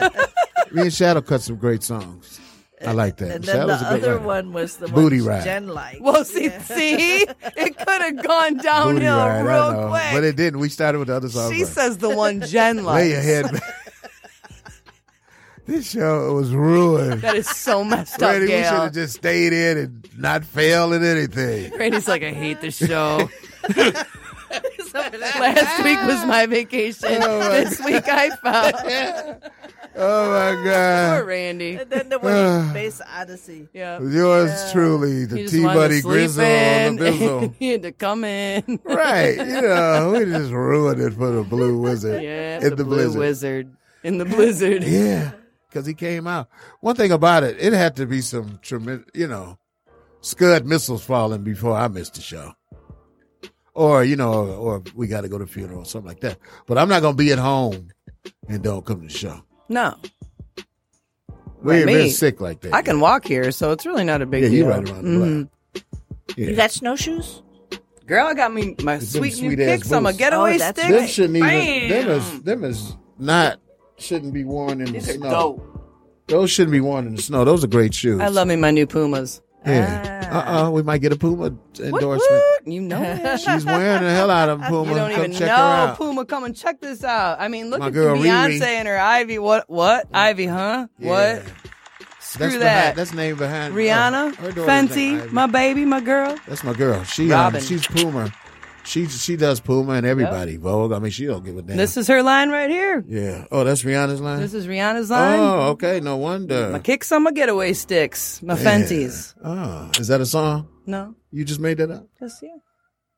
S13: Me and Shadow cut some great songs. I like that.
S14: And then
S13: Shadow's
S14: the
S13: a great
S14: other
S13: writer.
S14: one was the
S13: Booty
S14: one
S13: Ride.
S14: Jen liked.
S17: Well, see, see, it could have gone
S14: Oh,
S13: Booty
S17: downhill
S13: Ride, I
S17: real
S13: know.
S17: quick.
S13: but it didn't. We started with the other song.
S17: She
S13: first.
S17: says the one Jen likes.
S13: Lay your head back. this show was ruined.
S17: That is so messed up,
S13: Brady, we should
S17: Gail.
S13: have just stayed in and not failed at anything.
S17: Brady's like, I hate this show. Last week was my vacation.
S13: Oh, my
S17: this week I found.
S13: Oh my
S17: Poor
S13: God. Ah.
S17: Randy.
S14: And then the one Space Odyssey.
S17: Yeah.
S13: Yours truly, the T Buddy Grizzle on the Bizzle.
S17: he had to come in.
S13: right. You know, we just ruined it for the Blue Wizard.
S17: Yeah,
S13: in the,
S17: the Blue Wizard. In the blizzard.
S13: Yeah. Because he came out. One thing about it, it had to be some tremendous, you know, Scud missiles falling before I missed the show. Or, you know, or, or we got to go to funeral or something like that. But I'm not going to be at home and don't come to the show.
S17: No.
S13: We ain't
S17: Like
S13: been
S17: me.
S13: sick like that.
S17: I can walk here, so it's really not a big
S13: Yeah,
S17: deal.
S13: you're right around the block.
S17: Mhm.
S13: Yeah.
S14: You got snowshoes?
S17: Girl, I got me my
S13: Them
S17: sweet new
S13: sweet-ass
S17: kicks. I'm a
S13: boots.
S17: getaway
S14: Oh, that's
S17: stick.
S13: Them shouldn't even.
S17: Bam!
S13: Them is, them is not shouldn't be worn in
S17: These
S13: the
S17: are
S13: snow.
S17: dope.
S13: Those shouldn't be worn in the snow. Those are great shoes.
S17: I love me my new Pumas.
S13: Yeah. Uh uh We might get a Puma endorsement.
S17: You know it.
S13: She's wearing the hell out of them, Puma.
S17: You don't
S13: Come
S17: even
S13: check
S17: know
S13: her out.
S17: Puma. Come and check this out. I mean, look
S13: My
S17: at
S13: girl,
S17: the
S13: Riri.
S17: Beyonce and her Ivy. What? What? Ivy? Huh? What? Screw
S13: That's
S17: that.
S13: Behind, that's named behind
S17: Rihanna,
S13: uh, her daughter's named
S17: Fenty,
S13: Ivy.
S17: my baby, my girl.
S13: That's my girl. She um,
S17: Robin.
S13: she's Puma. She she does Puma and everybody. Vogue. I mean, she don't give a damn.
S17: This is her line right here.
S13: yeah. Oh, that's Rihanna's line.
S17: This is Rihanna's line.
S13: Oh, okay. No wonder.
S17: My kicks on my getaway sticks, my Fenties.
S13: Oh, is that a song?
S17: No,
S13: You just made that up.
S17: just yeah.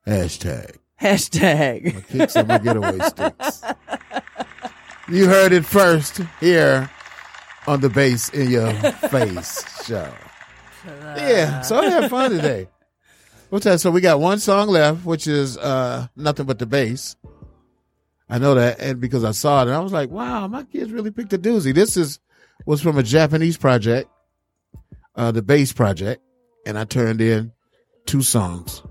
S13: Hashtag.
S17: Hashtag.
S13: My kicks and my getaway sticks. You heard it first here on the Bass in Your Face show. Yeah, so I had fun today. What's that? So we got one song left, which is uh, Nothing But the Bass. I know that, and because I saw it, and I was like, wow, my kids really picked a doozy. This is was from a Japanese project, uh, the Bass Project, and I turned in two songs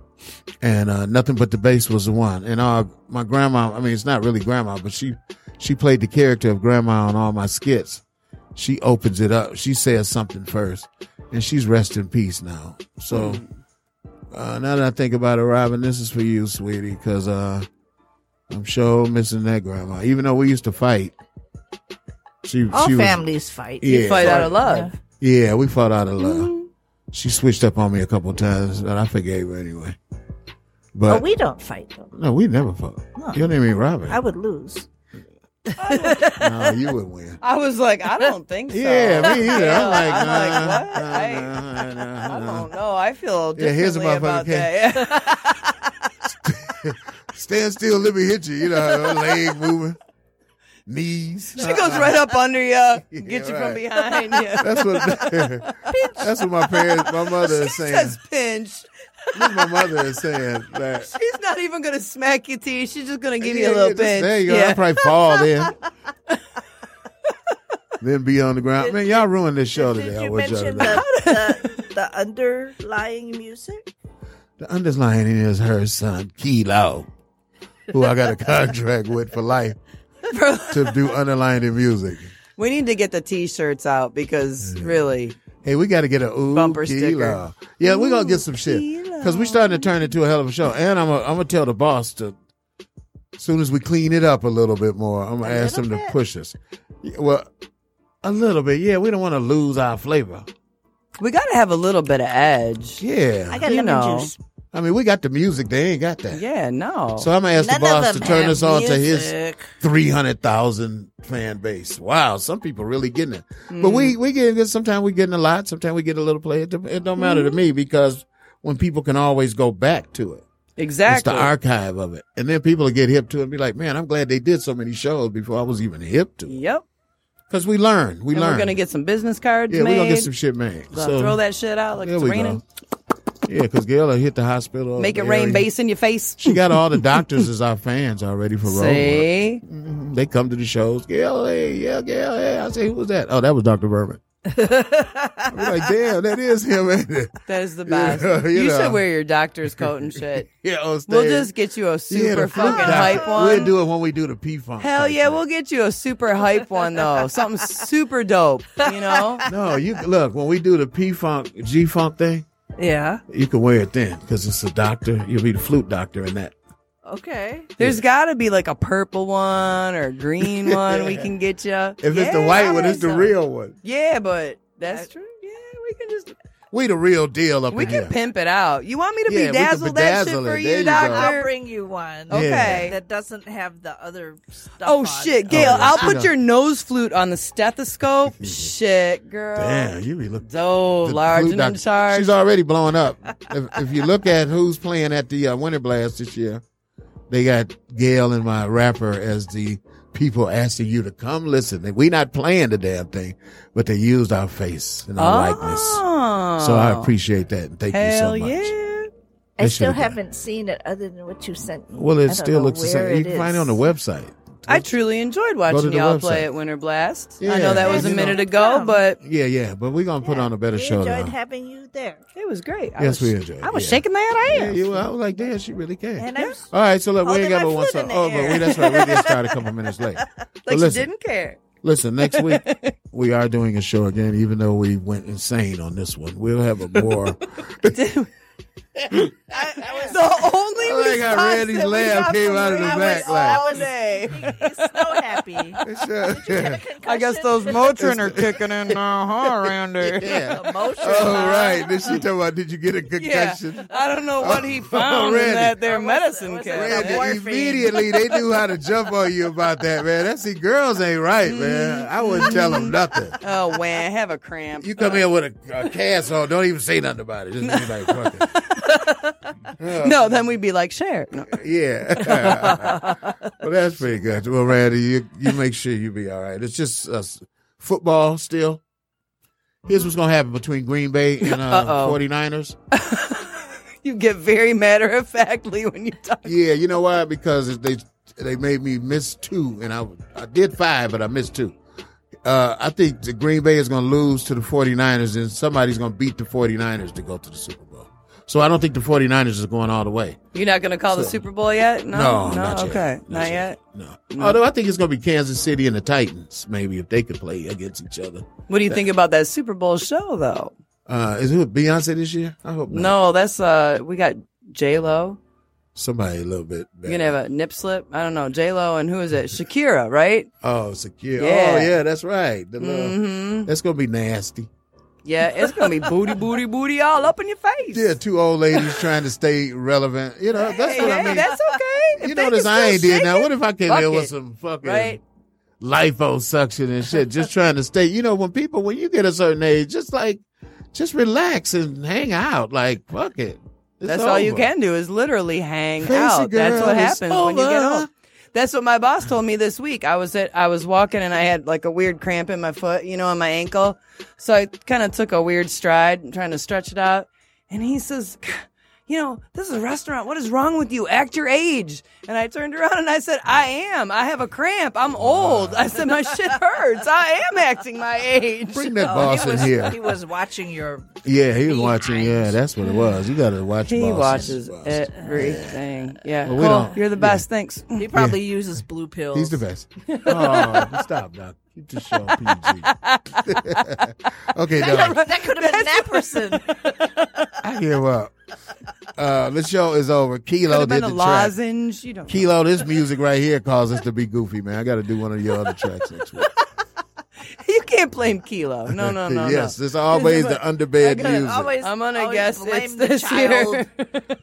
S13: and uh, nothing but the bass was the one. And uh, my grandma, I mean, it's not really grandma, but she she played the character of grandma on all my skits. She opens it up. She says something first, and she's rest in peace now. So uh, now that I think about it, Robin, this is for you, sweetie, because uh, I'm sure missing that grandma. Even though we used to fight, she
S14: All
S13: she was-
S14: families fight.
S13: You
S14: You
S13: Yeah. fight out of
S17: love.
S13: yeah, we fought out of love. She switched up on me a couple times, and I forgave her anyway.
S14: But
S13: But
S14: Oh, we don't fight though.
S13: No, we never fought.
S14: No.
S13: Your name ain't Robin.
S14: I would lose.
S13: no, you would win.
S17: I was like, I don't think so.
S13: Yeah, me either. I'm like, uh,
S17: I'm like,
S13: nah,
S17: what?
S13: nah,
S17: I,
S13: nah, nah,
S17: I
S13: nah.
S17: don't know. I feel
S13: Yeah, here's a
S17: differently
S13: motherfucker
S17: about
S13: came-
S17: that.
S13: Stand still, let me hit you. You know, her leg moving, knees.
S17: she goes right up under you, get you
S13: right.
S17: from behind you.
S13: That's what. that's what my parents, my mother is saying.
S17: says pinch.
S13: That's what my mother is saying. That,
S17: She's not even gonna smack your teeth. She's just gonna give you
S13: Yeah,
S17: a little
S13: yeah, just-
S17: pinch.
S13: There you go. I'll
S17: Yeah.
S13: probably fall then. then be on the ground. Man, y'all ruined this show today.
S14: Did
S13: I
S14: you
S13: wish y'all
S14: mention
S13: done.
S14: the, the, the underlying music?
S13: The underlying is her son, Kilo, who I got a contract with for life to do underlying in music.
S17: We need to get the t-shirts out because really,
S13: Hey, we got to get a ooh
S17: Bumper
S13: Kilo. Yeah, we're gonna get some shit because we starting to turn into a hell of a show. And I'm gonna I'm gonna tell the boss to, as soon as we clean it up a little bit more, I'm gonna ask him to push us. Yeah, Well, A little bit, yeah. We don't want to lose our flavor.
S17: We got to have a little bit of edge.
S13: Yeah.
S17: I got You lemon know. juice.
S13: I mean, we got the music. They ain't got that.
S17: Yeah, no.
S13: So I'm gonna ask
S17: Oh. None
S13: the
S17: of
S13: boss to
S17: them
S13: turn
S17: have
S13: us on to his
S17: music.
S13: three hundred thousand fan base. Wow, some people really getting it, but
S17: Mm.
S13: we we getting good. Sometimes we getting a lot. Sometimes we get a little play. It, don't- it don't matter to
S17: Mm-hmm.
S13: me because when people can always go back to it. It's
S17: Exactly.
S13: the archive of it, and then people will get hip to it and be like, "Man, I'm glad they did so many shows before I was even hip to it."
S17: Yep.
S13: Because we learn, we
S17: and
S13: learn.
S17: We're gonna get some business cards
S13: yeah,
S17: made.
S13: we're gonna get some shit made.
S17: Gonna
S13: So-
S17: throw that shit out like
S13: There
S17: it's
S13: we go.
S17: raining.
S13: Yeah, because Gail hit the hospital.
S17: Make it rain
S13: area.
S17: bass in your face.
S13: She got all the doctors as our fans already for road work.
S17: See?
S13: They come to the shows. Gail, hey, yeah, Gail, hey. I say, who was that? Oh, that was Dr. Berman. I'm like, damn, that is him, ain't it?
S17: That is the best.
S13: You know,
S17: you
S13: you know.
S17: should wear your doctor's coat and shit.
S13: yeah,
S17: we'll
S13: stay-
S17: just get you a
S13: He had
S17: super
S13: a flip
S17: fucking
S13: doctor.
S17: hype one.
S13: We'll do it when we do the P Funk.
S17: Hell yeah, we'll get you a super hype one though. Something super dope, you know?
S13: No, you look, when we do the P Funk, G Funk thing,
S17: Yeah.
S13: you can wear it then because it's a doctor. You'll be the flute doctor in that.
S17: Okay. There's got to be like a purple one or a green one we can get you.
S13: If it's the white one, it's the real one.
S17: Yeah, but that's true. Yeah, we can just
S13: We the real deal up
S17: we
S13: in
S17: can
S13: here.
S17: pimp it out. You want me to
S13: Yeah, we can
S17: bedazzle that shit
S13: bedazzle
S17: for
S13: it.
S17: you,
S13: There you go.
S14: I'll
S17: doctor?
S14: bring you one.
S17: Okay.
S14: That doesn't have the other stuff.
S17: Oh
S14: on
S17: shit,
S14: it.
S17: Gail! I'll
S13: she
S17: put
S13: done.
S17: your nose flute on the stethoscope. shit, girl.
S13: Damn, you be looking
S17: so large and in charge.
S13: She's already blowing up. if, if you look at who's playing at the uh, Winter Blast this year, they got Gail and my rapper as the people asking you to come listen. We not playing the damn thing, but they used our face and our likeness. So
S17: Oh.
S13: I appreciate that and thank
S14: Oh. Hell
S13: you so much.
S14: yeah.
S13: They
S14: I still
S13: should've done
S14: haven't seen it other than what you sent me.
S13: Well,
S14: I
S13: it
S14: don't
S13: still
S14: know
S13: looks the
S14: where
S13: same. You
S14: it
S13: can find it
S14: is.
S13: on the website.
S17: I truly enjoyed
S13: Go to
S17: watching
S13: the
S17: y'all
S13: website.
S17: play at Winter Blast.
S13: Yeah.
S17: I know that was a
S13: You know.
S17: minute ago, but
S13: Yeah, yeah, but we're gonna put on a better
S14: We
S13: show.
S14: enjoyed
S13: Now.
S14: having you there.
S17: It was great.
S13: Yes, we enjoyed.
S17: I was
S13: yeah.
S17: shaking that ass.
S13: Yeah, you, I was like, damn, she really can.
S14: And I'm s-
S13: All right, so look, we ain't
S14: holding
S13: got
S14: my
S13: but one
S14: foot in
S13: song.
S14: the
S13: Oh, but we,
S14: air.
S13: that's right. We did start a couple minutes late. But
S17: Like she
S13: listen,
S17: didn't care.
S13: listen, next week we are doing a show again, even though we went insane on this one. We'll have a more.
S17: the only
S13: I like how
S17: response
S13: Randy's
S17: that we
S13: laugh
S17: got
S13: came
S17: from
S13: out of the
S17: Randy
S13: back,
S17: was
S13: like-
S17: all day.
S14: He's so happy.
S17: I guess those Motrin are kicking in now, huh, Randy?
S13: Yeah. oh, right. Then she talking about, did you get a
S17: Yeah.
S13: concussion?
S17: I don't know what he found
S13: Oh, Randy.
S17: in that their medicine cabinet.
S13: Randy, immediately they knew how to jump on you about that, man. That's see, girls ain't right, man. I wouldn't tell
S14: Mm-hmm.
S13: them nothing.
S17: Oh, man, have a cramp.
S13: You come in with a, a cast on, don't even say nothing about it. Just be like, fuck it. Uh,
S17: No, then we'd be like, share. No.
S13: Yeah. well, that's pretty good. Well, Randy, you, you make sure you be all right. It's just us football still. Here's what's going to happen between Green Bay and uh,
S17: Uh-oh.
S13: 49ers.
S17: You get very matter of factly when you talk.
S13: Yeah, you know why? Because they they made me miss two, and I, I did five, but I missed two. Uh, I think the Green Bay is going to lose to the 49ers, and somebody's going to beat the 49ers to go to the Super Bowl. So I don't think the 49ers is going all the way.
S17: You're not going to call the
S13: So-
S17: Super Bowl yet? No.
S13: No, not yet.
S17: Okay. Not, yet. Mm.
S13: No. Although I think it's going to be Kansas City and the Titans, maybe if they could play against each other.
S17: What do you
S13: That-
S17: think about that Super Bowl show, though?
S13: Uh, is it with Beyonce this year? I hope not.
S17: No, that's uh, we got J Lo.
S13: Somebody a little bit.
S17: You're gonna have a nip slip. I don't know. J Lo and who is it? Shakira, right?
S13: Oh, secure.
S17: Yeah.
S13: Oh, yeah, that's right. The little,
S17: Mhm.
S13: That's gonna be nasty.
S17: Yeah, it's gonna be booty, booty, booty all up in your face.
S13: Yeah, two old ladies trying to stay relevant. You know, that's what I
S17: Hey,
S13: mean.
S17: that's okay. If
S13: you
S17: they
S13: notice
S17: can
S13: I
S17: still
S13: ain't did
S17: shake
S13: now.
S17: it,
S13: What if I came
S17: fuck
S13: in with
S17: it.
S13: some fucking
S17: Right.
S13: liposuction and shit, just trying to stay? You know, when people, when you get a certain age, just like, just relax and hang out. Like, fuck it. It's
S17: That's all you
S13: over.
S17: can do is literally hang
S13: Face it,
S17: out. That's
S13: girl,
S17: what
S13: it's
S17: happens when you get
S13: over.
S17: old. That's what my boss told me this week. I was at I was walking and I had like a weird cramp in my foot, you know, on my ankle. So I kind of took a weird stride trying to stretch it out. And he says, you know, this is a restaurant. What is wrong with you? Act your age. And I turned around and I said, I am. I have a cramp. I'm old. I said, my shit hurts. I am acting my age.
S13: Bring that boss in here.
S14: He was watching your.
S13: Yeah, he was watching. Yeah, that's what it was. You got to watch.
S17: He
S13: bosses.
S17: watches everything. Yeah.
S13: Well, we
S17: Cole,
S13: don't-
S17: you're the best. Thanks.
S14: He probably uses blue pills.
S13: He's the best. Oh, stop, Doc. Keep the show PG. okay,
S14: That,
S13: Doc.
S14: could- that could have been Napperson.
S13: I give up. Uh, the show is over. Kilo
S17: Could've
S13: did
S17: been a
S13: the track.
S17: lozenge. You don't know.
S13: Kilo, this music right here caused us to be goofy, man. I got to do one of your other tracks next week.
S17: You can't can't blame Kilo. No, no, no.
S13: yes, it's always the underbed
S17: I'm gonna
S13: music.
S17: Always, I'm gonna
S15: always
S17: guess
S15: blame
S17: it's
S15: the
S17: this year.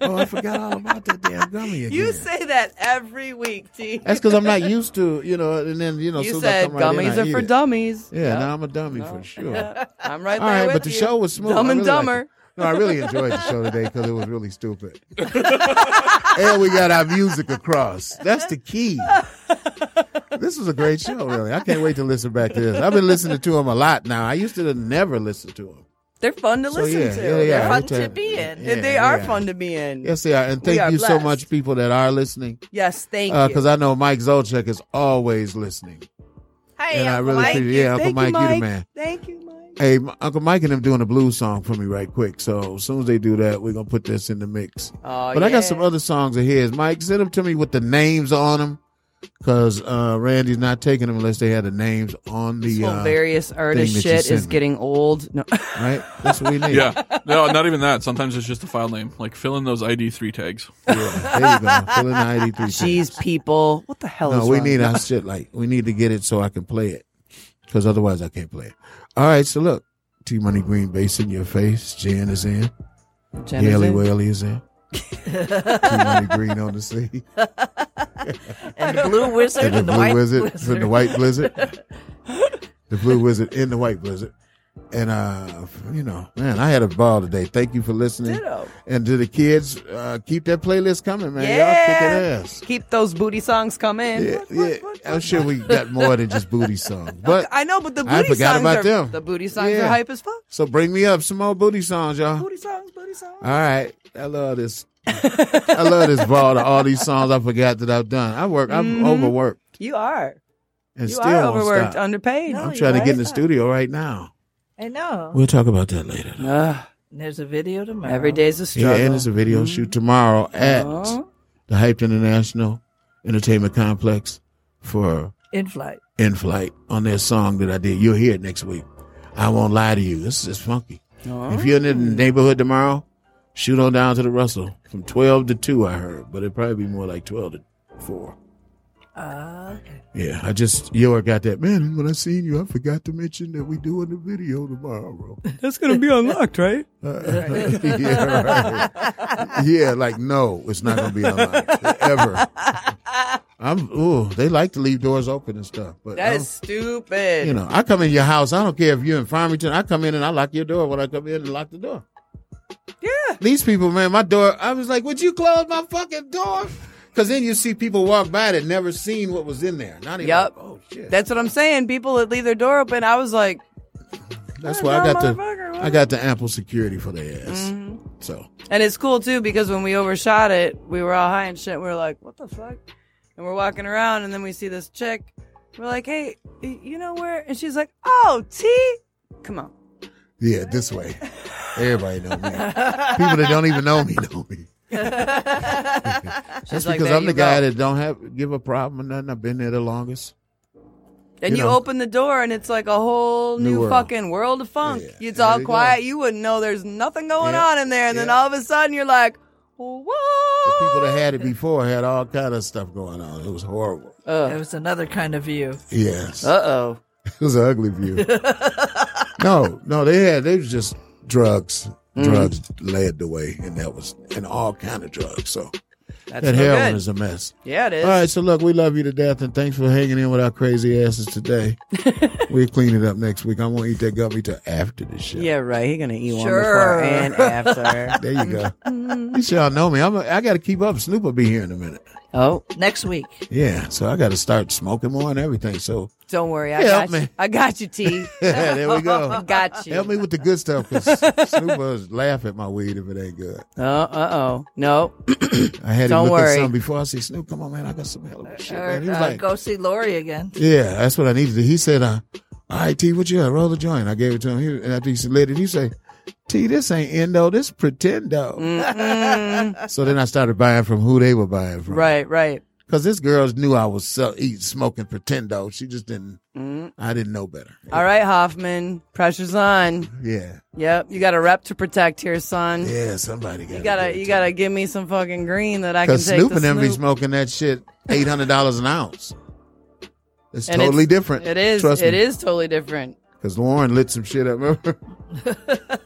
S13: oh, I forgot all about that damn gummy again.
S17: You say that every week, T.
S13: That's because I'm not used to, you know. And then you know,
S17: You
S13: soon as I
S17: said
S13: come right in,
S17: gummies
S13: I
S17: are
S13: eat
S17: for
S13: it.
S17: dummies.
S13: Yeah, now I'm a dummy for sure.
S17: I'm right
S13: All
S17: there
S13: right,
S17: with
S13: but the
S17: you.
S13: show was smooth.
S17: Dumb
S13: I
S17: and
S13: really liked
S17: dumber.
S13: it. No, I really enjoyed the show today because it was really stupid, and we got our music across. That's the key. This was a great show, really. I can't wait to listen back to this. I've been listening to them a lot now. I used to never listen to them.
S17: They're fun to
S13: So,
S17: listen
S13: yeah,
S17: to.
S13: yeah, yeah,
S17: They're
S13: I
S17: fun
S13: would tell-
S17: to be in.
S13: yeah,
S17: they are
S13: yeah.
S17: fun to be in.
S13: Yes, they are. And
S17: We
S13: thank
S17: are
S13: you so
S17: blessed.
S13: much, people that are listening.
S17: Yes, thank you.
S13: Because I know Mike Zolchek is always listening.
S17: Hey,
S13: and I
S17: Uncle
S13: really
S17: Mike.
S13: appreciate Yeah, Uncle
S17: Thank
S13: Mike,
S17: you,
S13: you the
S17: Mike.
S13: man.
S17: Thank you,
S13: Mike. Hey, M- Uncle Mike and them doing a blues song for me right quick. So as soon as they do that, we're going to put this in the mix.
S17: Oh,
S13: but I
S17: yeah.
S13: got some other songs of his. Mike, send them to me with the names on them. Because uh, Randy's not taking them unless they had the names on the
S17: This whole
S13: uh,
S17: various
S13: thing
S17: artist
S13: that you
S17: shit
S13: sent
S17: is
S13: me.
S17: getting old. No.
S13: Right? That's what we need.
S16: Yeah. No, not even that. Sometimes it's just a file name. Like fill in those ID3 tags.
S13: Yeah, there you go. Fill in the ID three.
S17: Jeez, people. What the hell
S13: no,
S17: is
S13: we
S17: wrong?
S13: need our shit. Like we need to get it so I can play it, because otherwise I can't play it. All right, so look, T Money Green Bass in your face. Jan is in.
S17: Jan is
S13: Haley
S17: in.
S13: Whaley is in. T Money Green on the sea.
S14: And the blue wizard
S13: And the
S14: and the
S13: blue
S14: white
S13: wizard
S14: blizzard.
S13: and the white blizzard. the blue wizard and the white blizzard. And uh, you know, man, I had a ball today. Thank you for listening.
S17: Ditto.
S13: And to the kids, uh, keep that playlist coming, man. Y'all kicking
S17: yeah.
S13: ass.
S17: Keep those booty songs coming.
S13: Yeah, yeah. I'm sure we got more than just booty songs, but
S17: I know, but the booty
S13: I forgot
S17: songs
S13: about
S17: are
S13: them.
S17: the booty songs
S13: Yeah. Uh-huh.
S17: are hype as fuck.
S13: So bring me up some more booty songs, y'all.
S17: Booty songs, booty songs.
S13: All right, I love this. I love this ball to all these songs I forgot that I've done. I work. I'm
S17: Mhm.
S13: overworked
S17: You are.
S13: and
S17: you
S13: still
S17: are
S13: won't
S17: overworked,
S13: stop.
S17: underpaid.
S13: I'm trying to get in the studio right now.
S14: I know.
S13: We'll talk about that later.
S14: And there's a video tomorrow.
S17: Every day's a
S13: yeah,
S17: struggle.
S13: and it's a video shoot tomorrow at
S14: Oh.
S13: the Hyped International Entertainment Complex for
S14: In flight.
S13: in flight on that song that I did. You'll hear it next week. I won't lie to you. This is funky. If you're in the neighborhood tomorrow, shoot on down to the Russell from 12 to 2, I heard, but it'd probably be more like 12 to 4. Yeah, I just, Yor got that. Man, when I seen you, I forgot to mention that we doing the video tomorrow.
S17: That's gonna be unlocked, right?
S13: yeah, right. yeah, like, no, it's not going to be unlocked ever. I'm, ooh, they like to leave doors open and stuff, but I
S17: That
S13: don't-
S17: is stupid.
S13: you know, I come in your house. I don't care if you're in Farmington. I come in and I lock your door when I come in and lock the door. Yeah. These people, man, my door. I was like, would you close my fucking door? Because then you see people walk by that never seen what was in there. Not even.
S17: Yep.
S13: oh shit.
S17: That's what I'm saying. People that leave their door open. I was like,
S13: That's why I got the I got the ample security for their ass.
S17: Mm-hmm.
S13: So
S17: and it's cool too because when we overshot it, we were all high and shit. We were like, what the fuck? And we're walking around, and then we see this chick. We're like, hey, y- you know where? And she's like, oh, T, come on.
S13: yeah, this way. Everybody know me. people that don't even know me know me. That's
S17: She's like,
S13: because
S17: "There
S13: I'm the
S17: you
S13: guy
S17: go."
S13: that don't have give a problem or nothing. I've been there the longest.
S17: And
S13: You
S17: you,
S13: know.
S17: open the door, and it's like a whole
S13: New
S17: new,
S13: world.
S17: fucking world of funk. It's all
S13: you go.
S17: quiet. You wouldn't know there's nothing going on in there. And then all of a sudden, you're like, whoa.
S13: The people that had it before had all kind of stuff going on. It was horrible.
S14: Uh, it was another kind of view.
S13: Yes.
S17: Uh oh.
S13: It was an ugly view. no, no, they had they was just drugs.
S17: Mm.
S13: Drugs led the way, and that was and all kind of drugs. So
S17: That's
S13: that
S17: no
S13: heroin
S17: good.
S13: is a mess.
S17: Yeah, it is.
S13: All right, so look, we love you to death, and thanks for hanging in with our crazy asses today. we clean it up next week. I won't eat that gummy till after the show.
S17: Yeah, right. He's gonna eat one
S14: Sure.
S17: before and after.
S13: There you go. you y'all know me. I'm a, I got to keep up. Snoop will be here in a minute.
S17: Oh,
S14: Next week.
S13: yeah. So I got to start smoking more and everything. So
S17: Don't worry, I
S13: Yeah,
S17: got
S13: man.
S17: you. I got you, T.
S13: Yeah, there we go.
S17: got you.
S13: Help me with the good stuff because Snoop was laugh at my weed if it ain't good.
S17: Oh, uh oh, no.
S13: I had
S17: Don't
S13: him look
S17: worry.
S13: at something before I see Snoop. Come on, man, I got some
S17: Oh,
S13: hell of a shit.
S14: Or
S13: man. He was
S14: uh,
S13: like,
S14: go see Lori again.
S13: yeah, that's what I needed. He said, uh, all right, T, what you got? Roll the joint. I gave it to him. He, and after he said, let it, he say, T, this ain't endo, this pretendo. So then I started buying from who they were buying from.
S17: Mm-hmm. right, right.
S13: Because this girl knew I was sell, eat, smoking pretendo. She just didn't,
S17: Mm-hmm.
S13: I didn't know better.
S17: All right, Hoffman. Pressure's on.
S13: Yeah.
S17: Yep, you got a rep to protect here, son.
S13: Yeah, somebody got
S17: You gotta, you gotta give me some fucking green that I can
S13: Because
S17: take.
S13: Snoop
S17: to
S13: and them be
S17: Snoop.
S13: smoking that shit eight hundred dollars an ounce. It's
S17: And
S13: totally different.
S17: It is.
S13: Trust
S17: It
S13: me.
S17: is totally different.
S13: Because Lauren lit some shit up, remember?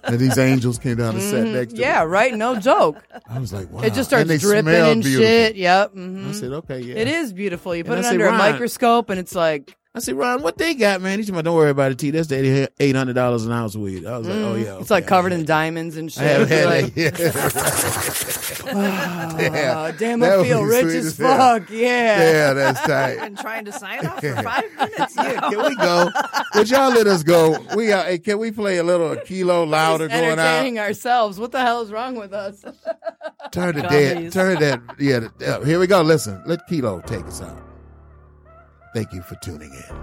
S13: and these angels came down and sat
S17: Mhm.
S13: next to
S17: yeah, right. No joke.
S13: I was like, wow.
S17: It just starts
S13: And they
S17: dripping
S13: smelled
S17: and
S13: beautiful.
S17: shit. Yep. mhm.
S13: I said, okay, yeah.
S17: It is beautiful. You put
S13: And
S17: it
S13: I say,
S17: under a
S13: Ron-
S17: microscope, and it's like
S13: I said, Ron, what they got, man? He's like, don't worry about it, T. That's the eight hundred dollars an ounce weed. I was like, oh
S17: mm,
S13: yeah.
S17: it's like covered in diamonds and shit.
S13: I have
S17: You're
S13: had
S17: like,
S13: it. Yeah.
S17: "Ah, damn, I feel rich as fuck, yeah."
S13: yeah, that's tight.
S14: I've been trying to sign off for five minutes. now.
S13: Can we go? Would y'all let us go? We are, hey, can we play a little a kilo louder going out?
S17: entertaining ourselves. What the hell is wrong with us?
S13: Turn the dead. Turn that. Yeah. the- uh, here we go. Listen, let Kilo take us out. Thank you for tuning in.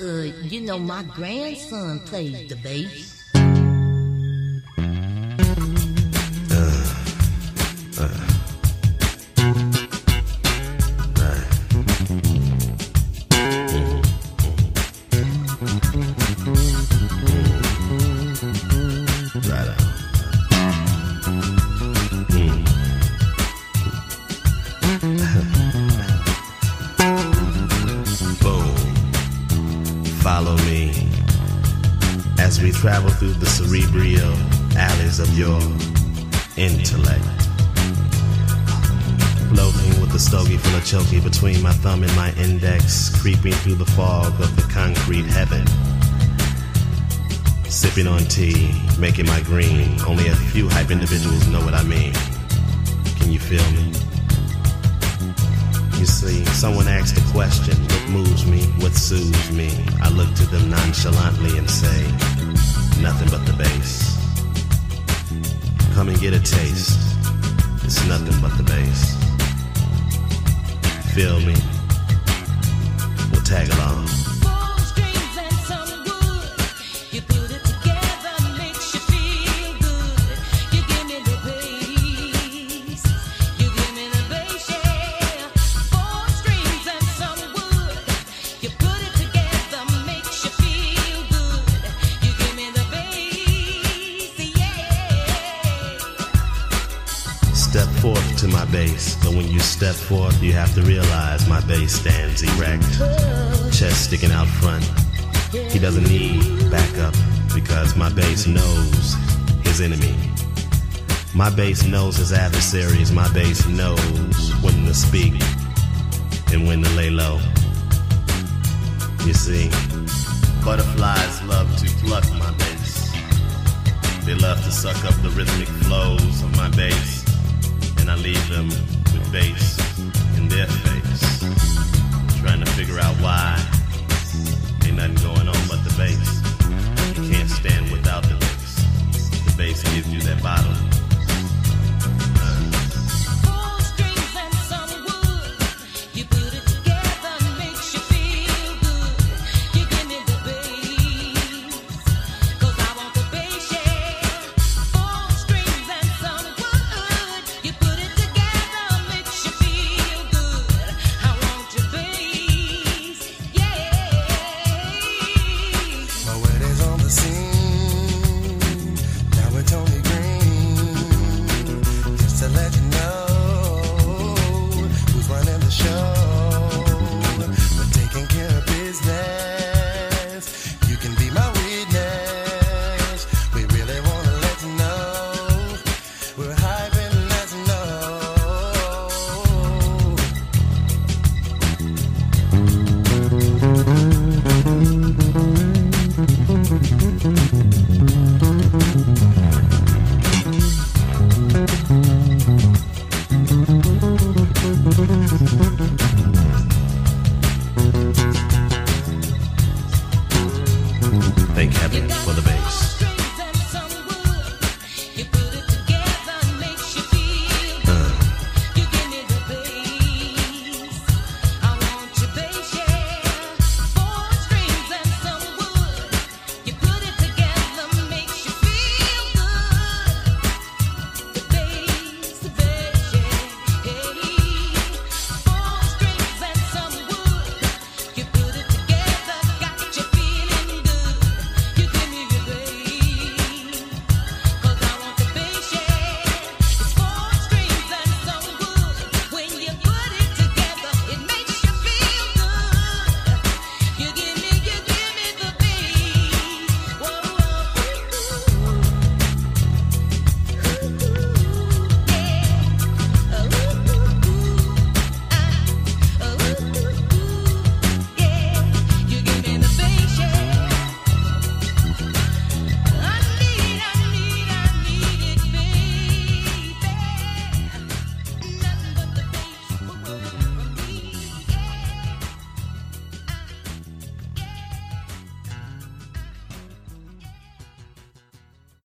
S21: Uh, you know, my grandson plays the bass.
S19: Mm.
S22: Boom. Follow me as we travel through the cerebral alleys of your intellect. Floating with a stogie full of choky between my thumb and my index, creeping through the fog of the concrete heaven. Sipping on tea, making my green. Only a few hype individuals know what I mean. Can you feel me? You see, someone asked the question, what moves me, what soothes me. I look to them nonchalantly and say, nothing but the bass. Come and get a taste. It's nothing but the bass. Feel me? We'll tag along. Step forth to my bass, but when you step forth, you have to realize my bass stands erect, chest sticking out front. He doesn't need backup because my bass knows his enemy. My bass knows his adversaries. My bass knows when to speak and when to lay low. You see, butterflies love to pluck my bass. They love to suck up the rhythmic flows of my bass, and I leave them with bass
S19: Mm-hmm.